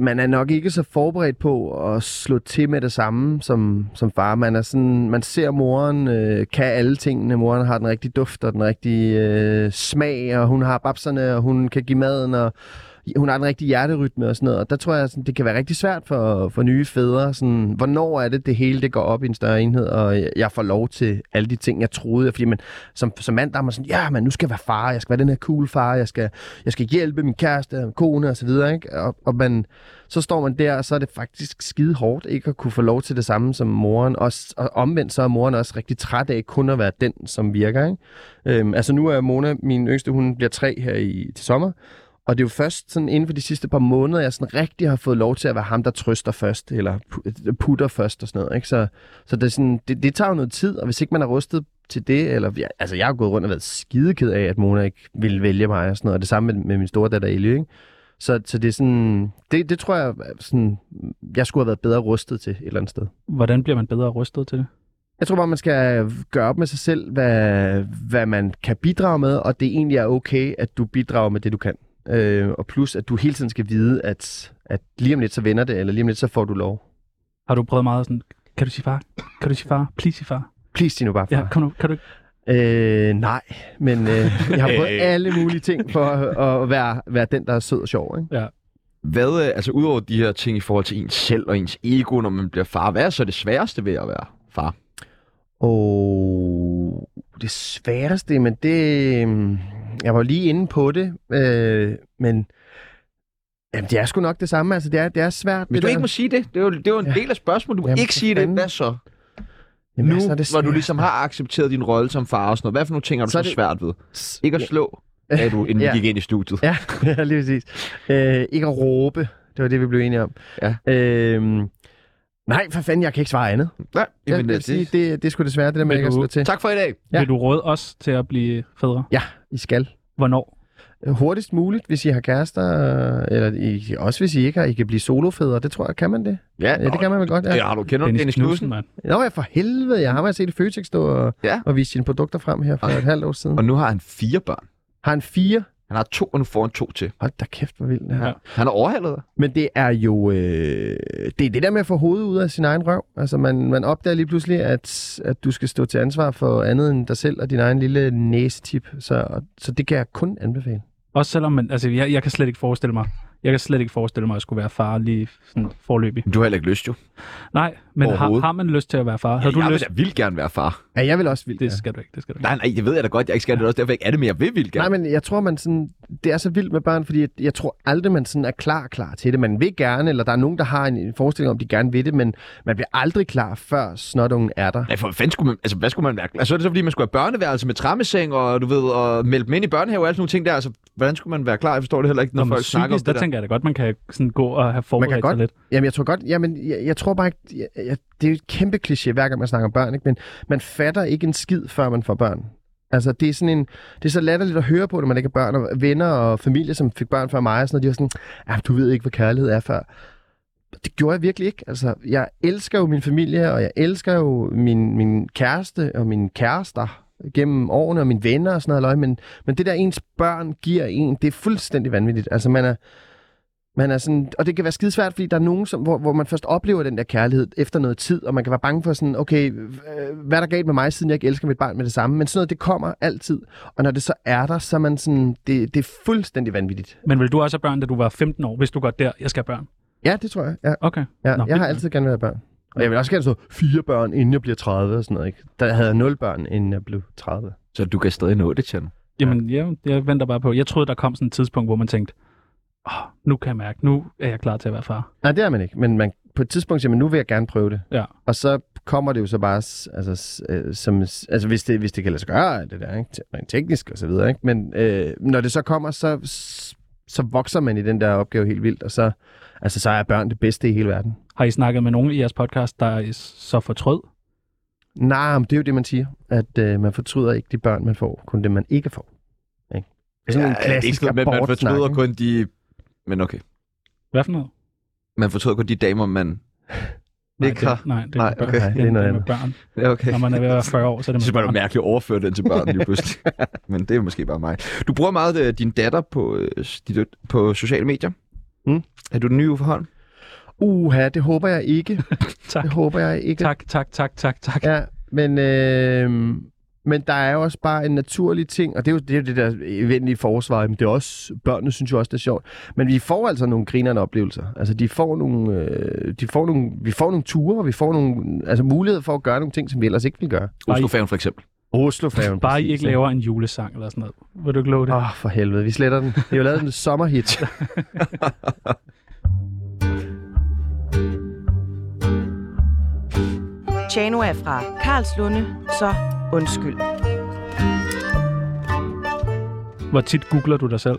D: man er nok ikke så forberedt på at slå til med det samme som, som far. Man er sådan, man ser moren, øh, kan alle tingene. Moren har den rigtige duft og den rigtige øh, smag, og hun har babserne, og hun kan give maden, og hun har den rigtige hjerterytme og sådan noget. Og der tror jeg, sådan, det kan være rigtig svært for, for nye fædre. Sådan, hvornår er det, det hele det går op i en større enhed, og jeg- jeg får lov til alle de ting, jeg troede. Fordi man, som, som mand, der er man sådan, ja, men nu skal jeg være far, jeg skal være den her cool far, jeg skal, jeg skal hjælpe min kæreste, og min kone og så videre. Ikke? Og, og man, så står man der, og så er det faktisk skide hårdt ikke at kunne få lov til det samme som moren. Og, s- og omvendt så er moren også rigtig træt af kun at være den, som virker. Ikke? Øhm, altså nu er Mona, min yngste, hun bliver tre her i, til sommer. Og det er jo først sådan inden for de sidste par måneder, jeg sådan rigtig har fået lov til at være ham, der trøster først, eller pu- putter først og sådan noget. Ikke? Så, så det, er sådan, det, det tager jo noget tid, og hvis ikke man er rustet til det, eller ja, altså jeg har gået rundt og været skideked af, at Mona ikke ville vælge mig og sådan noget, og det samme med, med min store datter Ellie, ikke? Så, så det er sådan, det, det tror jeg, sådan, jeg skulle have været bedre rustet til et eller andet sted.
B: Hvordan bliver man bedre rustet til det?
D: Jeg tror bare, man skal gøre op med sig selv, hvad, hvad man kan bidrage med, og det egentlig er okay, at du bidrager med det, du kan. Øh, og plus, at du hele tiden skal vide, at, at lige om lidt, så vender det, eller lige om lidt, så får du lov.
B: Har du prøvet meget sådan, kan du sige far? Kan du sige far? Please sige far.
D: Please, sig nu bare, far.
B: Ja, kom nu, kan du ikke?
D: Øh, nej, men øh, jeg har prøvet
A: Øh.
D: alle mulige ting for at, at være, være den, der er sød og sjov. Ikke?
A: Hvad, øh, altså udover de her ting i forhold til ens selv og ens ego, når man bliver far, hvad er så det sværeste ved at være far?
D: Og det sværeste, men det... øhm, Jeg var lige inde på det, øh, men jamen, det er sgu nok det samme. Altså, det er, det er svært.
A: Hvis
D: det
A: du
D: der.
A: ikke må sige det, det er jo, det er jo en
D: Ja.
A: del af spørgsmålet. Du må
D: Jamen,
A: ikke
D: for
A: sige det.
D: fanden.
A: Hvad så?
D: Jamen,
A: nu,
D: altså, er
A: det
D: det
A: hvor du
D: svært.
A: ligesom har accepteret din rolle som far og sådan noget. Hvad for nogle ting har du
D: Så
A: så,
D: er
A: så
D: det-
A: svært ved? Ikke at slå, da du, inden
D: Ja.
A: vi gik ind i studiet.
D: Ja, ja lige præcis. Øh, ikke at råbe, det var det, vi blev enige om.
A: Ja.
D: Øhm, nej, for fanden, jeg kan ikke svare andet.
A: Nej,
D: Jeg
A: jamen,
D: vil
A: det,
D: sige, det, det, det er sgu desværre det der
B: Men
D: med, ikke at
B: du-
D: slå til.
A: Tak for i dag.
D: Ja.
B: Ja. Vil du råde os til at blive fædre?
D: Ja, I skal.
B: Hvornår?
D: Hurtigst muligt, hvis I har kærester, øh, eller I, også hvis I ikke har, I kan blive solofædre, det tror jeg, kan man det?
A: Ja,
D: Ja, det kan man vel godt,
A: Ja.
D: ja.
A: har du kender Dennis, Dennis Knudsen?
B: mand.
D: Nå ja, for helvede, jeg har mig set i Føtex stå og,
A: Ja.
D: og vise sine produkter frem her for et halvt år siden.
A: Og nu har han fire børn.
D: Har han fire?
A: Han har to, og nu får han to til.
D: Hold da kæft, hvor vildt det her.
B: Ja.
A: Han har overhalet dig.
D: Men det er jo øh, det, er det der med at få hovedet ud af sin egen røv. Altså man, man opdager lige pludselig, at, at du skal stå til ansvar for andet end dig selv og din egen lille næsetip. Så, så det kan jeg kun anbefale.
B: Også selvom man, altså jeg, jeg kan slet ikke forestille mig, jeg kan slet ikke forestille mig, at jeg skulle være far lige sådan forløbig.
A: Men du har heller ikke lyst, jo.
B: Nej, men har,
A: Overhovedet.
B: har, man lyst til at være far? Havde
A: jeg
B: du lyst?
A: vil da vildt gerne være far.
D: Ja, jeg vil også vildt.
B: Det skal du ikke, det skal du ikke.
A: Nej, nej, det ved jeg da godt. Jeg ikke skal det er også derfor, jeg ikke er det, men jeg vil vildt
D: Nej,
A: gerne.
D: men jeg tror, man sådan, det er så vildt med børn, fordi jeg, jeg tror aldrig, man sådan er klar klar til det. Man vil gerne, eller der er nogen, der har en, en forestilling om, de gerne vil det, men man bliver aldrig klar, før snotungen er der.
A: Nej, for fanden skulle man, altså, hvad skulle man være? Altså, så er det så, fordi man skulle have børneværelse med trammeseng, og du ved, og melde dem ind i børnehave og alle sådan nogle ting der. Altså, hvordan skulle man være klar? Jeg forstår det heller ikke, når
B: Nå, men
A: folk snakker om det
B: psykisk, der
A: der.
B: tænker jeg da godt, man kan sådan gå og have forberedt
D: godt-
B: sig lidt.
D: Jamen, jeg tror godt, jamen, jeg, jeg tror bare ikke, jeg, jeg, det er jo et kæmpe kliché, hver gang man snakker om børn, ikke? men man fatter ikke en skid, før man får børn. Altså, det er sådan en, det er så latterligt at høre på, når man ikke har børn, og venner og familie, som fik børn før mig, og sådan noget, de var sådan, ja, du ved ikke, hvad kærlighed er før. Det gjorde jeg virkelig ikke. Altså, jeg elsker jo min familie, og jeg elsker jo min, min kæreste og mine kærester gennem årene, og mine venner og sådan noget, løg, men, men det der ens børn giver en, det er fuldstændig vanvittigt. Altså, man er, man er sådan, og det kan være skidesvært, fordi der er nogen, som, hvor, hvor man først oplever den der kærlighed efter noget tid, og man kan være bange for sådan, okay, øh, hvad er der galt med mig, siden jeg ikke elsker mit barn med det samme? Men sådan noget, det kommer altid. Og når det så er der, så er man sådan, det, det er fuldstændig vanvittigt.
B: Men vil du også have børn, da du var 15 år, hvis du godt der, jeg skal have børn?
D: Ja, det tror jeg. Ja,
B: Okay.
D: ja.
B: Nå,
D: jeg har
B: vildt.
D: altid gerne været børn. Og jeg vil også gerne så fire børn, inden jeg bliver 30 og sådan noget. Ikke? Der havde jeg nul børn, inden jeg blev 30.
A: Så du kan stadig nå det, Tjerno.
B: Jamen, ja, jeg venter bare på. Jeg troede, der kom sådan et tidspunkt, hvor man tænkte, oh, nu kan jeg mærke, nu er jeg klar til at være far.
D: Nej, det er man ikke. Men man, på et tidspunkt siger man, nu vil jeg gerne prøve det.
B: Ja.
D: Og så kommer det jo så bare, s- altså, s- øh, som, s- altså hvis, det, hvis det kan lade sig gøre, det der, ikke? Te- rent teknisk og så videre, ikke? men øh, når det så kommer, så, s- så vokser man i den der opgave helt vildt, og så, altså, så er børn det bedste i hele verden.
B: Har I snakket med nogen i jeres podcast, der er så fortrød?
D: Nej, men det er jo det, man siger, at øh, man fortryder ikke de børn, man får, kun det, man ikke får. Ikke? Det er sådan en
A: det er ikke
D: klassisk
A: sådan, men man
D: abortsnak.
A: fortryder
D: ikke?
A: kun de... Men okay.
B: Hvad for noget?
A: Man fortryder kun de damer, man... Ikke
B: det,
A: har.
B: nej, det er
A: Nej,
B: med børn.
A: okay.
D: Nej, det er
B: Det, er
D: noget
B: med
D: andet.
B: børn.
A: Ja, okay.
B: Når man er ved at være 40 år, så er det
A: Jeg synes bare,
B: med
A: det er
B: børn.
A: mærkeligt at overføre den til børn lige pludselig. Men det er måske bare mig. Du bruger meget øh, din datter på, øh, s- dit, på sociale medier.
D: Mm.
A: Er du den nye Uffe Holm?
D: Uha, det håber jeg ikke.
B: Tak.
D: Det håber jeg ikke.
B: Tak, tak, tak, tak, tak.
D: Ja, men, øh, men der er jo også bare en naturlig ting, og det er jo det, er jo det der eventlige forsvar, men det er også, børnene synes jo også, det er sjovt. Men vi får altså nogle grinerende oplevelser. Altså, de får nogle, øh, de får nogle, vi får nogle ture, vi får nogle altså, muligheder for at gøre nogle ting, som vi ellers ikke ville gøre.
B: Bare I-
A: Oslofærgen for eksempel.
D: Oslofærgen.
B: Bare I ikke laver en julesang eller sådan noget. Vil du ikke love det?
D: Åh, oh, for helvede, vi sletter den. Vi har jo lavet en sommerhit.
E: Tjano er fra Karlslunde, så undskyld.
B: Hvor tit googler du dig selv?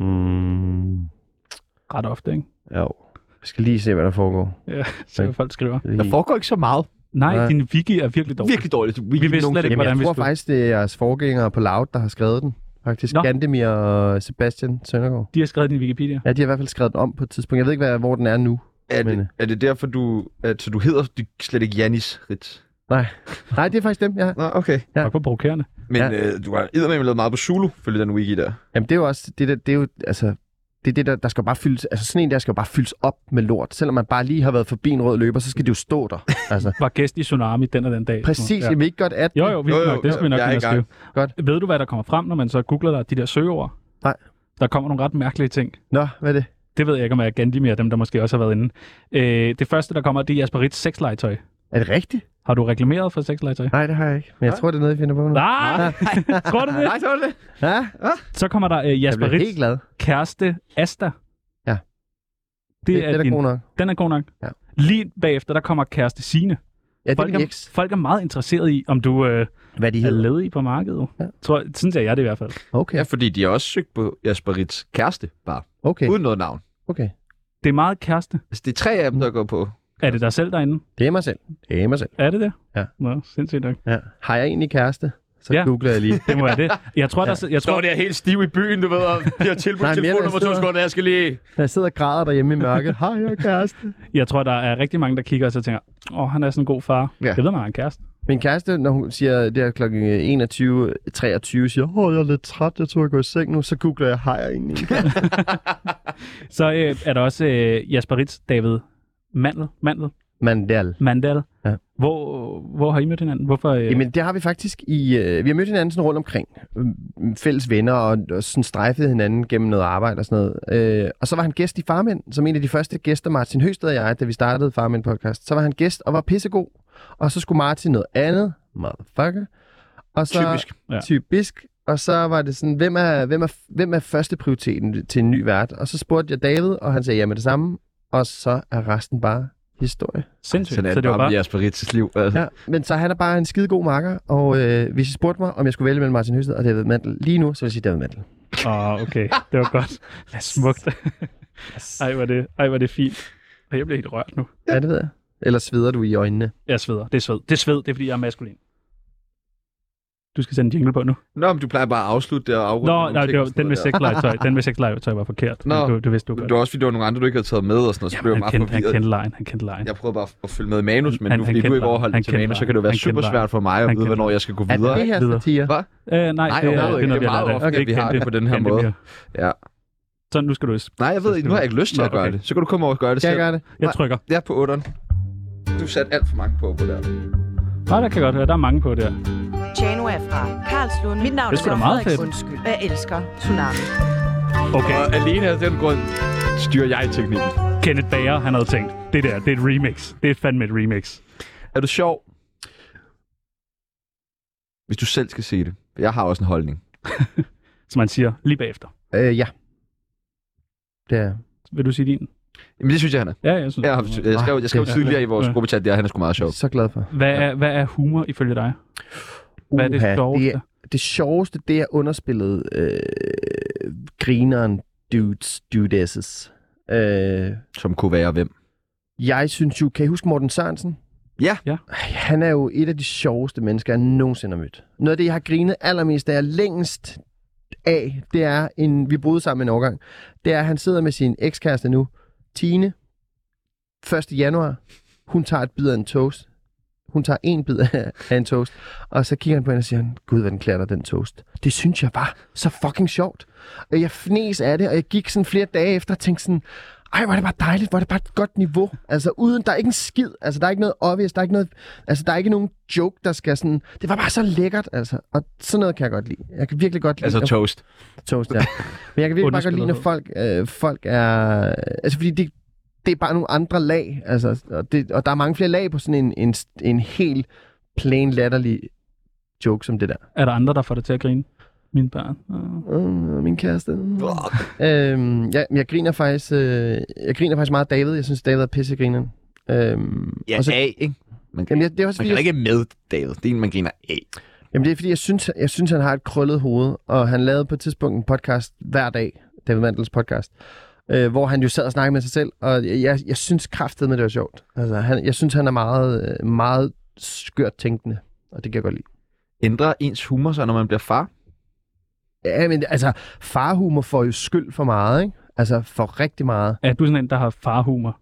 D: Mm,
B: Ret ofte, ikke?
D: jo. Jeg skal lige se, hvad der foregår.
B: Ja, så
D: Okay.
B: folk skriver.
D: Lige.
A: Der foregår ikke så meget.
B: Nej,
D: Nej.
B: din wiki er virkelig dårlig.
A: Virkelig dårligt.
B: Vi vidste slet ikke,
D: Jamen,
B: hvordan
D: jeg
B: vi
D: tror
B: skulle-
D: faktisk, det er jeres forgængere på Loud, der har skrevet den. Faktisk
B: Nå.
D: Nå. Gandemir og Sebastian Søndergaard.
B: De har skrevet din Wikipedia.
D: Ja, de har i hvert fald skrevet den om på et tidspunkt. Jeg ved ikke, hvad, hvor den er nu.
A: Er det,
D: Men-
A: er det derfor, du... At, så du hedder du slet ikke Janis Ritz?
D: Nej, det er faktisk dem, ja.
A: Nå, okay.
D: Ja.
B: Fuck, hvor provokerende.
A: Men
D: Ja.
A: øh, du har eddermame lavet meget på Zulu, følge den wiki der.
D: Jamen, det er jo også, det, der, det er jo, altså, det er det, der, der skal jo bare fyldes, altså sådan en der skal jo bare fyldes op med lort. Selvom man bare lige har været forbi en rød løber, så skal det jo stå der. Altså,
B: Var gæst i Tsunami den og den dag.
D: præcis, ja.
B: Ja.
D: jeg vil ikke godt at
B: Jo, jo, vi
A: Jo, jo,
B: nok. Det skal vi
A: jo,
B: nok
A: jeg er
B: kunne
A: i gang.
B: skrive.
D: Godt.
B: Ved du, hvad der kommer frem, når man så googler der, de der søgeord?
D: Nej.
B: Der kommer nogle ret mærkelige ting.
D: Nå, hvad er det?
B: Det ved jeg ikke, om jeg er Gandhi mere, dem der måske også har været inde. Øh, det første, der kommer, det er Jasper Ritz sexlegetøj.
D: Er det rigtigt?
B: Har du reklameret for sexlegetøj?
D: Nej, det har jeg ikke. Men jeg tror, det er noget, I finder på nu.
B: Nej! Tror du det?
A: så er det.
D: Ja,
B: Så kommer der øh,
D: jeg
B: Jasper
D: bliver
B: Ritz
D: helt glad.
B: kæreste Asta.
D: Ja.
B: Det,
D: Det, det,
B: er,
D: er da
B: din.
D: god nok.
B: Den er god nok.
D: Ja.
B: Lige bagefter, der kommer kæreste Sine.
D: Ja, det er
B: Folk
D: min
B: er,
D: eks,
B: folk er meget interesserede i, om du øh,
D: hvad de
B: er
D: hedder.
B: ledig på markedet.
D: Ja.
B: Ja. Tror, synes jeg, jeg er det i hvert fald.
D: Okay,
A: Ja, fordi de har også søgt på Jasper Ritz kæreste, bare.
D: okay,
A: Okay. Uden noget navn.
D: okay.
B: Det er meget kæreste.
A: Altså, det er tre af dem, der går på.
B: Er det dig selv derinde?
D: Det er mig selv. Det er mig selv.
B: Er det det?
D: Ja.
B: Nå, sindssygt nok.
D: Ja. Har jeg egentlig kæreste? Så
B: Ja.
D: ja. googler jeg lige.
B: Det må være det. Jeg tror, der, jeg tror,
A: det er helt stiv i byen, du ved, og de har tilbudt
D: Nej, men jeg telefonnummer sidder- to
A: sekunder, jeg skal lige...
D: Jeg sidder og græder derhjemme i mørket. Har jeg kæreste?
B: jeg tror, der er rigtig mange, der kigger og så tænker, åh, oh, han er sådan en god far.
A: Ja.
B: Ja. Jeg ved, man har en kæreste.
D: Min kæreste, når hun siger der kl. 21.23, øh, siger, åh, jeg er lidt træt, jeg tror, jeg går i seng nu, så googler jeg, har jeg egentlig en kæreste?
B: Så øh, er der også øh, Jasper Ritz, David Mandel, Mandel,
D: Mandel.
B: Mandel.
D: Ja.
B: Hvor, hvor har I mødt hinanden? Hvorfor? Øh,
D: Jamen, det har vi faktisk i... Øh, vi har mødt hinanden sådan rundt omkring. Øh, Fælles venner og, og sådan strejfet hinanden gennem noget arbejde og sådan noget. Øh, og så var han gæst i Farmænd, som en af de første gæster, Martin Høsted og jeg, da vi startede Farmænd podcast. Så var han gæst og var pissegod. Og så skulle Martin noget andet. Motherfucker. Og så,
A: Typisk.
B: Ja.
D: Typisk. Og så var det sådan, hvem er, hvem er, hvem er første prioriteten til en ny vært? Og så spurgte jeg David, og han sagde ja med det samme. Og så er resten bare historie.
B: sindssygt.
A: Sådan er det,
B: så det var
A: bare
B: bare,
A: med Jasper Ritz's liv. Altså. Ja.
D: Ja, men så han er bare en skide god marker, og øh, hvis I spurgte mig, om jeg skulle vælge mellem Martin Høsted og David Mandel lige nu, så vil jeg sige David Mandel.
B: Åh, oh, okay. Det var godt. Det er smukt. Ej, hvor det, ej, hvor det fint. Og jeg bliver helt rørt nu.
D: Ja, det ved jeg. Ellers sveder du i øjnene.
B: Jeg sveder. Det er sved. Det er sved. Det er, fordi jeg er maskulin. Du skal sende en jingle på nu.
A: Nå, men du plejer bare at afslutte det og afrunde.
B: Nå,
A: nogle
B: nej,
A: ting
B: det var,
A: og sådan
B: den med
A: noget
B: sexlegetøj. Den med sexlegetøj var forkert.
A: Nå.
B: Nå. Du, du vidste du
A: der.
B: godt.
A: Det var også, fordi det var nogle andre, du ikke havde taget med og sådan noget, så blev jeg
B: Jamen, han,
A: meget
B: kendte, han
A: forvirret.
B: kendte lejen. Han kendte Øh, lejen.
A: Jeg prøver bare at følge med i manus, men
B: Han-
A: nu
B: han
A: fordi du
B: kendte
A: ikke
B: dig.
A: overholder
B: Han
A: det til
B: kendte
A: manus,
B: dig.
A: så kan det være
B: Han kendte
A: super svært
B: dig.
A: for mig at
B: Han
A: vide,
B: kendte
A: hvornår
B: dig.
A: jeg skal gå
D: Er
A: videre.
D: det her
B: Videre.
D: satire?
A: Hva?
B: Øh,
A: Nej,
B: nej, det, er-
A: overhovedet
B: det er
A: ikke. Det
B: noget, vi
A: er
B: har
A: meget
B: lært af.
A: ofte, at vi
B: Ikke
A: har det
B: kendte-
A: på den her
B: kendte
A: måde.
B: mere.
A: Ja.
B: Så nu skal du... s-
A: Nej, jeg ved ikke. Nu har jeg ikke lyst til
B: Nå,
A: at gøre
B: okay.
A: det. Så kan du komme over og gøre det
D: Skal jeg
A: selv.
D: gøre det?
B: Jeg
A: Nej.
B: trykker.
A: Jeg er på otteren. Du satte alt for magt på på der.
B: Nej, der kan jeg godt høre. Der er mange på der.
F: Januar er fra Karlslunde.
E: Mit navn
B: Det er sgu da meget fedt.
E: Undskyld. Jeg elsker Tsunami.
B: Okay,
A: Og alene af den grund styrer jeg teknikken.
B: Kenneth Bager, han havde tænkt, det der, det er et remix. Det er fandme et remix.
A: Er du sjov? Hvis du selv skal sige det. Jeg har også en holdning.
B: Som man siger lige bagefter.
D: Øh, ja. Det er...
B: Vil du sige din?
A: Jamen, det synes jeg, han er.
B: Ja, jeg synes.
A: Jeg, har, jeg skrev, jeg skrev
D: Ja.
A: tidligere i vores
B: Ja.
A: gruppechat, der, at han er sgu meget
D: jeg
A: sjov.
D: er så glad for.
B: Hvad er, hvad er humor ifølge dig? Hvad er det
D: Uha,
B: sjoveste?
D: Det, er, det sjoveste, det er underspillet øh, grineren dudes, dudesses. Øh,
A: Som kunne være hvem.
D: jeg synes jo, kan I huske Morten Sørensen?
A: Ja.
B: Ja.
D: Ej, Han er jo et af de sjoveste mennesker, jeg nogensinde har mødt. Noget af det, jeg har grinet allermest af jeg er længst af, det er, en, vi boede sammen en årgang, det er, at han sidder med sin ekskæreste nu, Tine, 1. januar. Hun tager et bid af en toast. Hun tager en bid af- af en toast. Og så kigger han på hende og siger, han, gud, hvad den klæder dig, den toast. Det synes jeg var så fucking sjovt. Og jeg fnes af det, og jeg gik sådan flere dage efter og tænkte sådan, ej, hvor er det bare dejligt, hvor er det bare et godt niveau. Altså, uden, der er ikke en skid, altså, der er ikke noget obvious, der er ikke, noget, altså, der er ikke nogen joke, der skal sådan, det var bare så lækkert, altså. Og sådan noget kan jeg godt lide. Jeg kan virkelig godt lide
A: Altså
D: at-
A: toast.
D: toast, ja. Men jeg kan virkelig bare godt lide, når
B: Underspillethed.
D: folk, øh, folk er... Altså, fordi det, det er bare nogle andre lag. Altså, og, det, og der er mange flere lag på sådan en, en, en helt plain latterlig joke som det der.
B: Er der andre, der får dig til at grine? Mine børn. Uh,
D: Øh, min kæreste. Øhm, jeg, jeg, griner faktisk, øh, jeg griner faktisk meget af David. Jeg synes, David er pissegrineren. Øhm,
A: Ja,
D: og så,
A: A, ikke? Man,
D: jamen, jeg, det er også,
A: man
D: fordi,
A: kan
D: jeg,
A: ikke med, David. Det er en, man griner af.
D: jamen, det er, fordi jeg, synes, jeg synes, han har et krøllet hoved, og han lavede på et tidspunkt en podcast hver dag, David Mandels podcast, øh, hvor han jo sad og snakkede med sig selv, og jeg, jeg synes kraftet med det var sjovt. Altså, han, jeg synes, han er meget, øh, meget skørt tænkende, og det kan jeg godt lide.
A: Ændrer ens humor sig, når man bliver far?
D: Ja, men altså, farhumor får jo skyld for meget, ikke? Altså, for rigtig meget.
B: Er du sådan en, der har farhumor?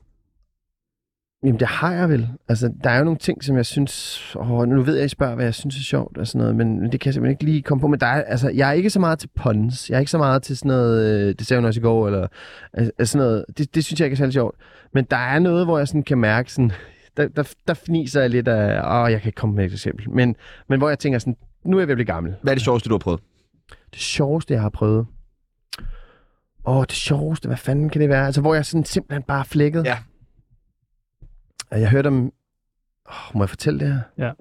D: Jamen, det har jeg vel. Altså, der er jo nogle ting, som jeg synes... Åh, nu ved jeg, I spørger, hvad jeg synes er sjovt og sådan noget, men men det kan jeg simpelthen ikke lige komme på. Men der er, altså, jeg er ikke så meget til puns. Jeg er ikke så meget til sådan noget... Øh, det sagde hun også i går, eller altså, sådan noget. Det, det synes jeg ikke er særlig sjovt. Men der er noget, hvor jeg sådan kan mærke sådan... Der, der, der fniser jeg lidt af... Åh, jeg kan ikke komme med et eksempel. Men, men hvor jeg tænker sådan... Nu er jeg ved at blive gammel.
A: Hvad er det sjoveste, du har prøvet?
D: Det sjoveste, jeg har prøvet. Åh, det sjoveste, hvad fanden kan det være? Altså, hvor jeg sådan simpelthen bare er flækket.
A: Ja.
D: Og Jeg hørte om... Oh, må jeg fortælle det her?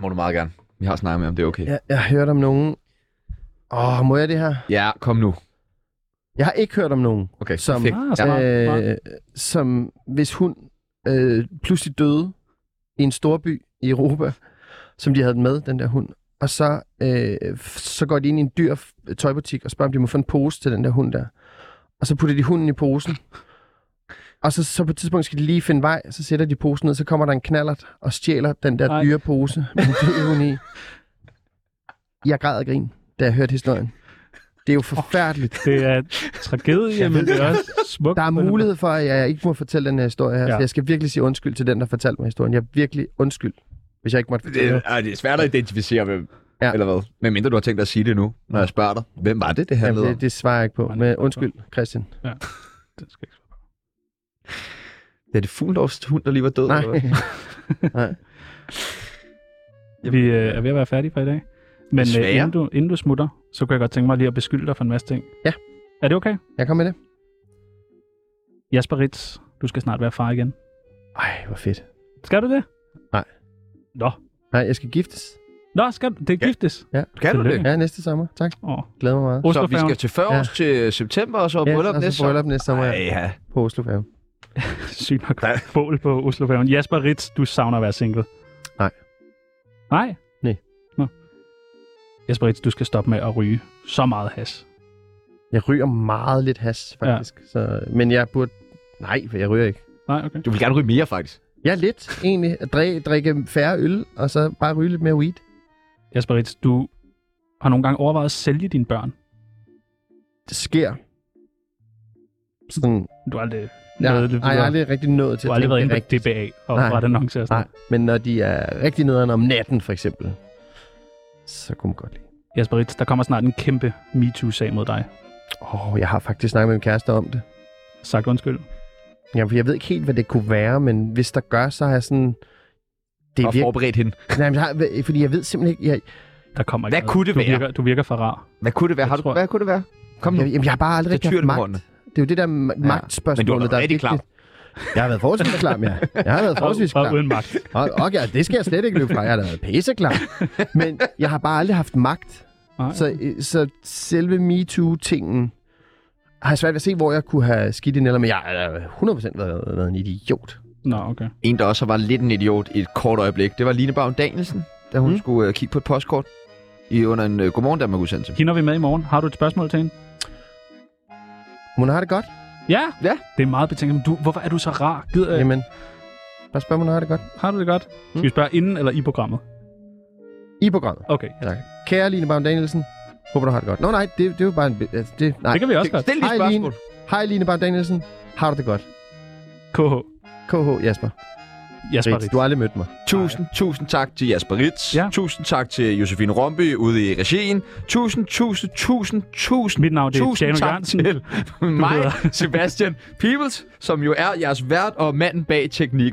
A: Må du meget gerne. Vi har snakket med om det er okay.
D: Jeg, jeg hørte om nogen... Åh, oh, må jeg det her?
A: Ja, kom nu.
D: Jeg har ikke hørt om nogen,
A: Okay.
D: som,
A: Fedt.
B: Ah, smart, smart.
D: øh, som hvis hun øh, pludselig døde i en storby i Europa, som de havde den med, den der hund, og så, øh, f- så går de ind i en dyr f- tøjbutik og spørger, om de må få en pose til den der hund der. Og så putter de hunden i posen. Og så, så på et tidspunkt skal de lige finde vej, så sætter de posen ned, så kommer der en knallert og stjæler den der
B: Ej.
D: dyre pose med en død hund i. Jeg græd af grin, da jeg hørte historien. Det er jo forfærdeligt.
B: Det er tragedie, men det er også smukt.
D: Der er mulighed for, at jeg ikke må fortælle den her historie her.
B: Ja.
D: Ja. Jeg skal virkelig sige undskyld til den, der fortalte mig historien. Jeg er virkelig undskyld, hvis jeg ikke måtte
A: Det
D: fortælle
A: er,
D: det.
A: ej, det er svært at identificere, hvem,
D: Ja.
A: ja. eller hvad. Men mindre du har tænkt dig at sige det nu, når jeg spørger dig. Hvem var det, det handlede om?
D: Jamen, det, det svarer jeg ikke på.
B: Nej,
D: Men undskyld, Christian.
B: Det skal ikke-
A: Det er det Fuglendorfs hund, der lige var død.
D: Nej.
A: eller hvad?
D: Nej.
B: Vi øh, er ved at være færdige for i dag. Men øh,
A: Desværre.
B: inden, du, inden du smutter, så kunne jeg godt tænke mig lige at beskylde dig for en masse ting.
D: Ja.
B: Er det okay?
D: Jeg kom med det.
B: Jasper Ritz, du skal snart være far igen.
D: Ej, hvor fedt.
B: Skal du det?
D: Nej.
B: Nå.
D: Nej, jeg skal giftes.
B: Nå, skal du? Det er
A: Ja.
B: giftes.
A: Kan du det?
B: Tillykke.
D: Ja, næste sommer. Tak.
B: Åh.
D: Glæder mig meget.
A: Så vi
B: Oslofærgen.
A: skal til 40 års til september, og så er
D: Ja,
A: bryllup
D: og så
A: næste sommer.
D: bryllup næste sommer.
A: Ej,
D: Ja,
A: ja.
D: på Oslo Færge.
B: Sygt nok
A: Nej.
B: bål på Oslofærgen. Jasper Ritz, du savner at være single.
D: Nej.
B: Nej?
D: Nej.
B: Nå. Jasper Ritz, du skal stoppe med at ryge så meget has.
D: Jeg ryger meget lidt has, faktisk. Ja. Så, men jeg burde... Nej, for jeg ryger ikke.
B: Nej, okay.
A: Du vil gerne ryge mere, faktisk.
D: Jeg er lidt, egentlig. At dri- drikke færre øl, og så bare ryge lidt mere weed.
B: Jasper Ritz, du har nogle gange overvejet at sælge dine børn.
D: Det sker. Sådan
B: Du har aldrig...
D: Ja,
B: nået
D: nej, jeg har aldrig rigtig nået til
B: Du har
D: at
B: aldrig
D: tænke
B: været inde
D: det
B: på
D: rigtigt.
B: DBA og
D: Nej.
B: ret annoncer og sådan
D: Nej, men når de er rigtig nederen om natten, for eksempel, så kunne man godt lide.
B: Jasper Ritz, der kommer snart en kæmpe MeToo-sag mod dig.
D: Åh, oh, jeg har faktisk snakket med min kæreste om det.
B: Sagt undskyld.
D: Ja, for jeg ved ikke helt, hvad det kunne være, men hvis der gør, så har jeg sådan... Det
A: Det
D: er
A: og
D: virkelig...
A: forberedt hende.
D: Nej, men jeg har, fordi jeg ved simpelthen ikke... Jeg,
B: Der kommer
A: Hvad
B: ikke noget.
A: kunne det
B: du
A: være?
B: Virker, du virker for rar.
A: Hvad kunne det være?
B: Jeg
A: Har du,
B: tror-
A: hvad kunne det være? Kom nu.
D: jeg, jamen, jeg har bare aldrig
A: Det
D: rigtig
A: tyr
D: haft
A: den
D: magt.
A: runde.
D: Det er jo det der ma- magtspørgsmål,
A: Men du har været
D: der er
A: rigtig
D: vigtigt. Jeg har været forholdsvis klam, ja. Jeg har været forholdsvis
B: Bare
D: klam.
B: uden magt.
D: Og, og ja, det skal jeg slet ikke løbe fra. Jeg har da været pisseklam. Men jeg har bare aldrig haft magt.
B: Nej.
D: Så, øh, så selve MeToo-tingen har jeg svært ved at se, hvor jeg kunne have skidt i eller men jeg har da 100% været, været en idiot.
B: Nå, okay.
A: En, der også var lidt en idiot i et kort øjeblik, det var Line Baum Danielsen, da hun
D: Mm.
A: mm. skulle øh, kigge på et postkort i under en øh, Godmorgen Danmark udsendelse.
B: Hende er vi med i morgen. Har du et spørgsmål til hende?
D: Hun har det godt,
B: Ja?
A: Ja.
B: Det er meget betænkt. Men Du, hvorfor er du så rar? Gider,
D: øh.
B: Jamen.
D: jamen. Bare spørg, hun har det godt.
B: Har du det godt? Skal vi spørge inden eller i programmet?
D: I programmet.
B: Okay.
D: Eller, kære Line Baum Danielsen, håber du har det godt. Nå nej, det, det er jo bare en... Altså, det, nej.
B: Det kan vi også godt.
A: Stil lige
D: Hej,
A: et spørgsmål.
D: Line. Hej Line Baum Danielsen, har du det godt?
B: KH.
D: KH Jasper.
B: Jasper
D: Ritz,
B: Ritz.
D: Du har aldrig mødt mig.
A: Tusind, tusind tak til Jasper Ritz.
B: Ja.
A: Tusind tak til Josefine Romby ude i regien. Tusind, tusind, tusind, tusind,
B: Mit navn det er
A: tusind
B: Jano
A: tak
B: Jørgensen.
A: til mig,
B: hedder-
A: Sebastian Peebles, som jo er jeres vært og manden bag teknikken.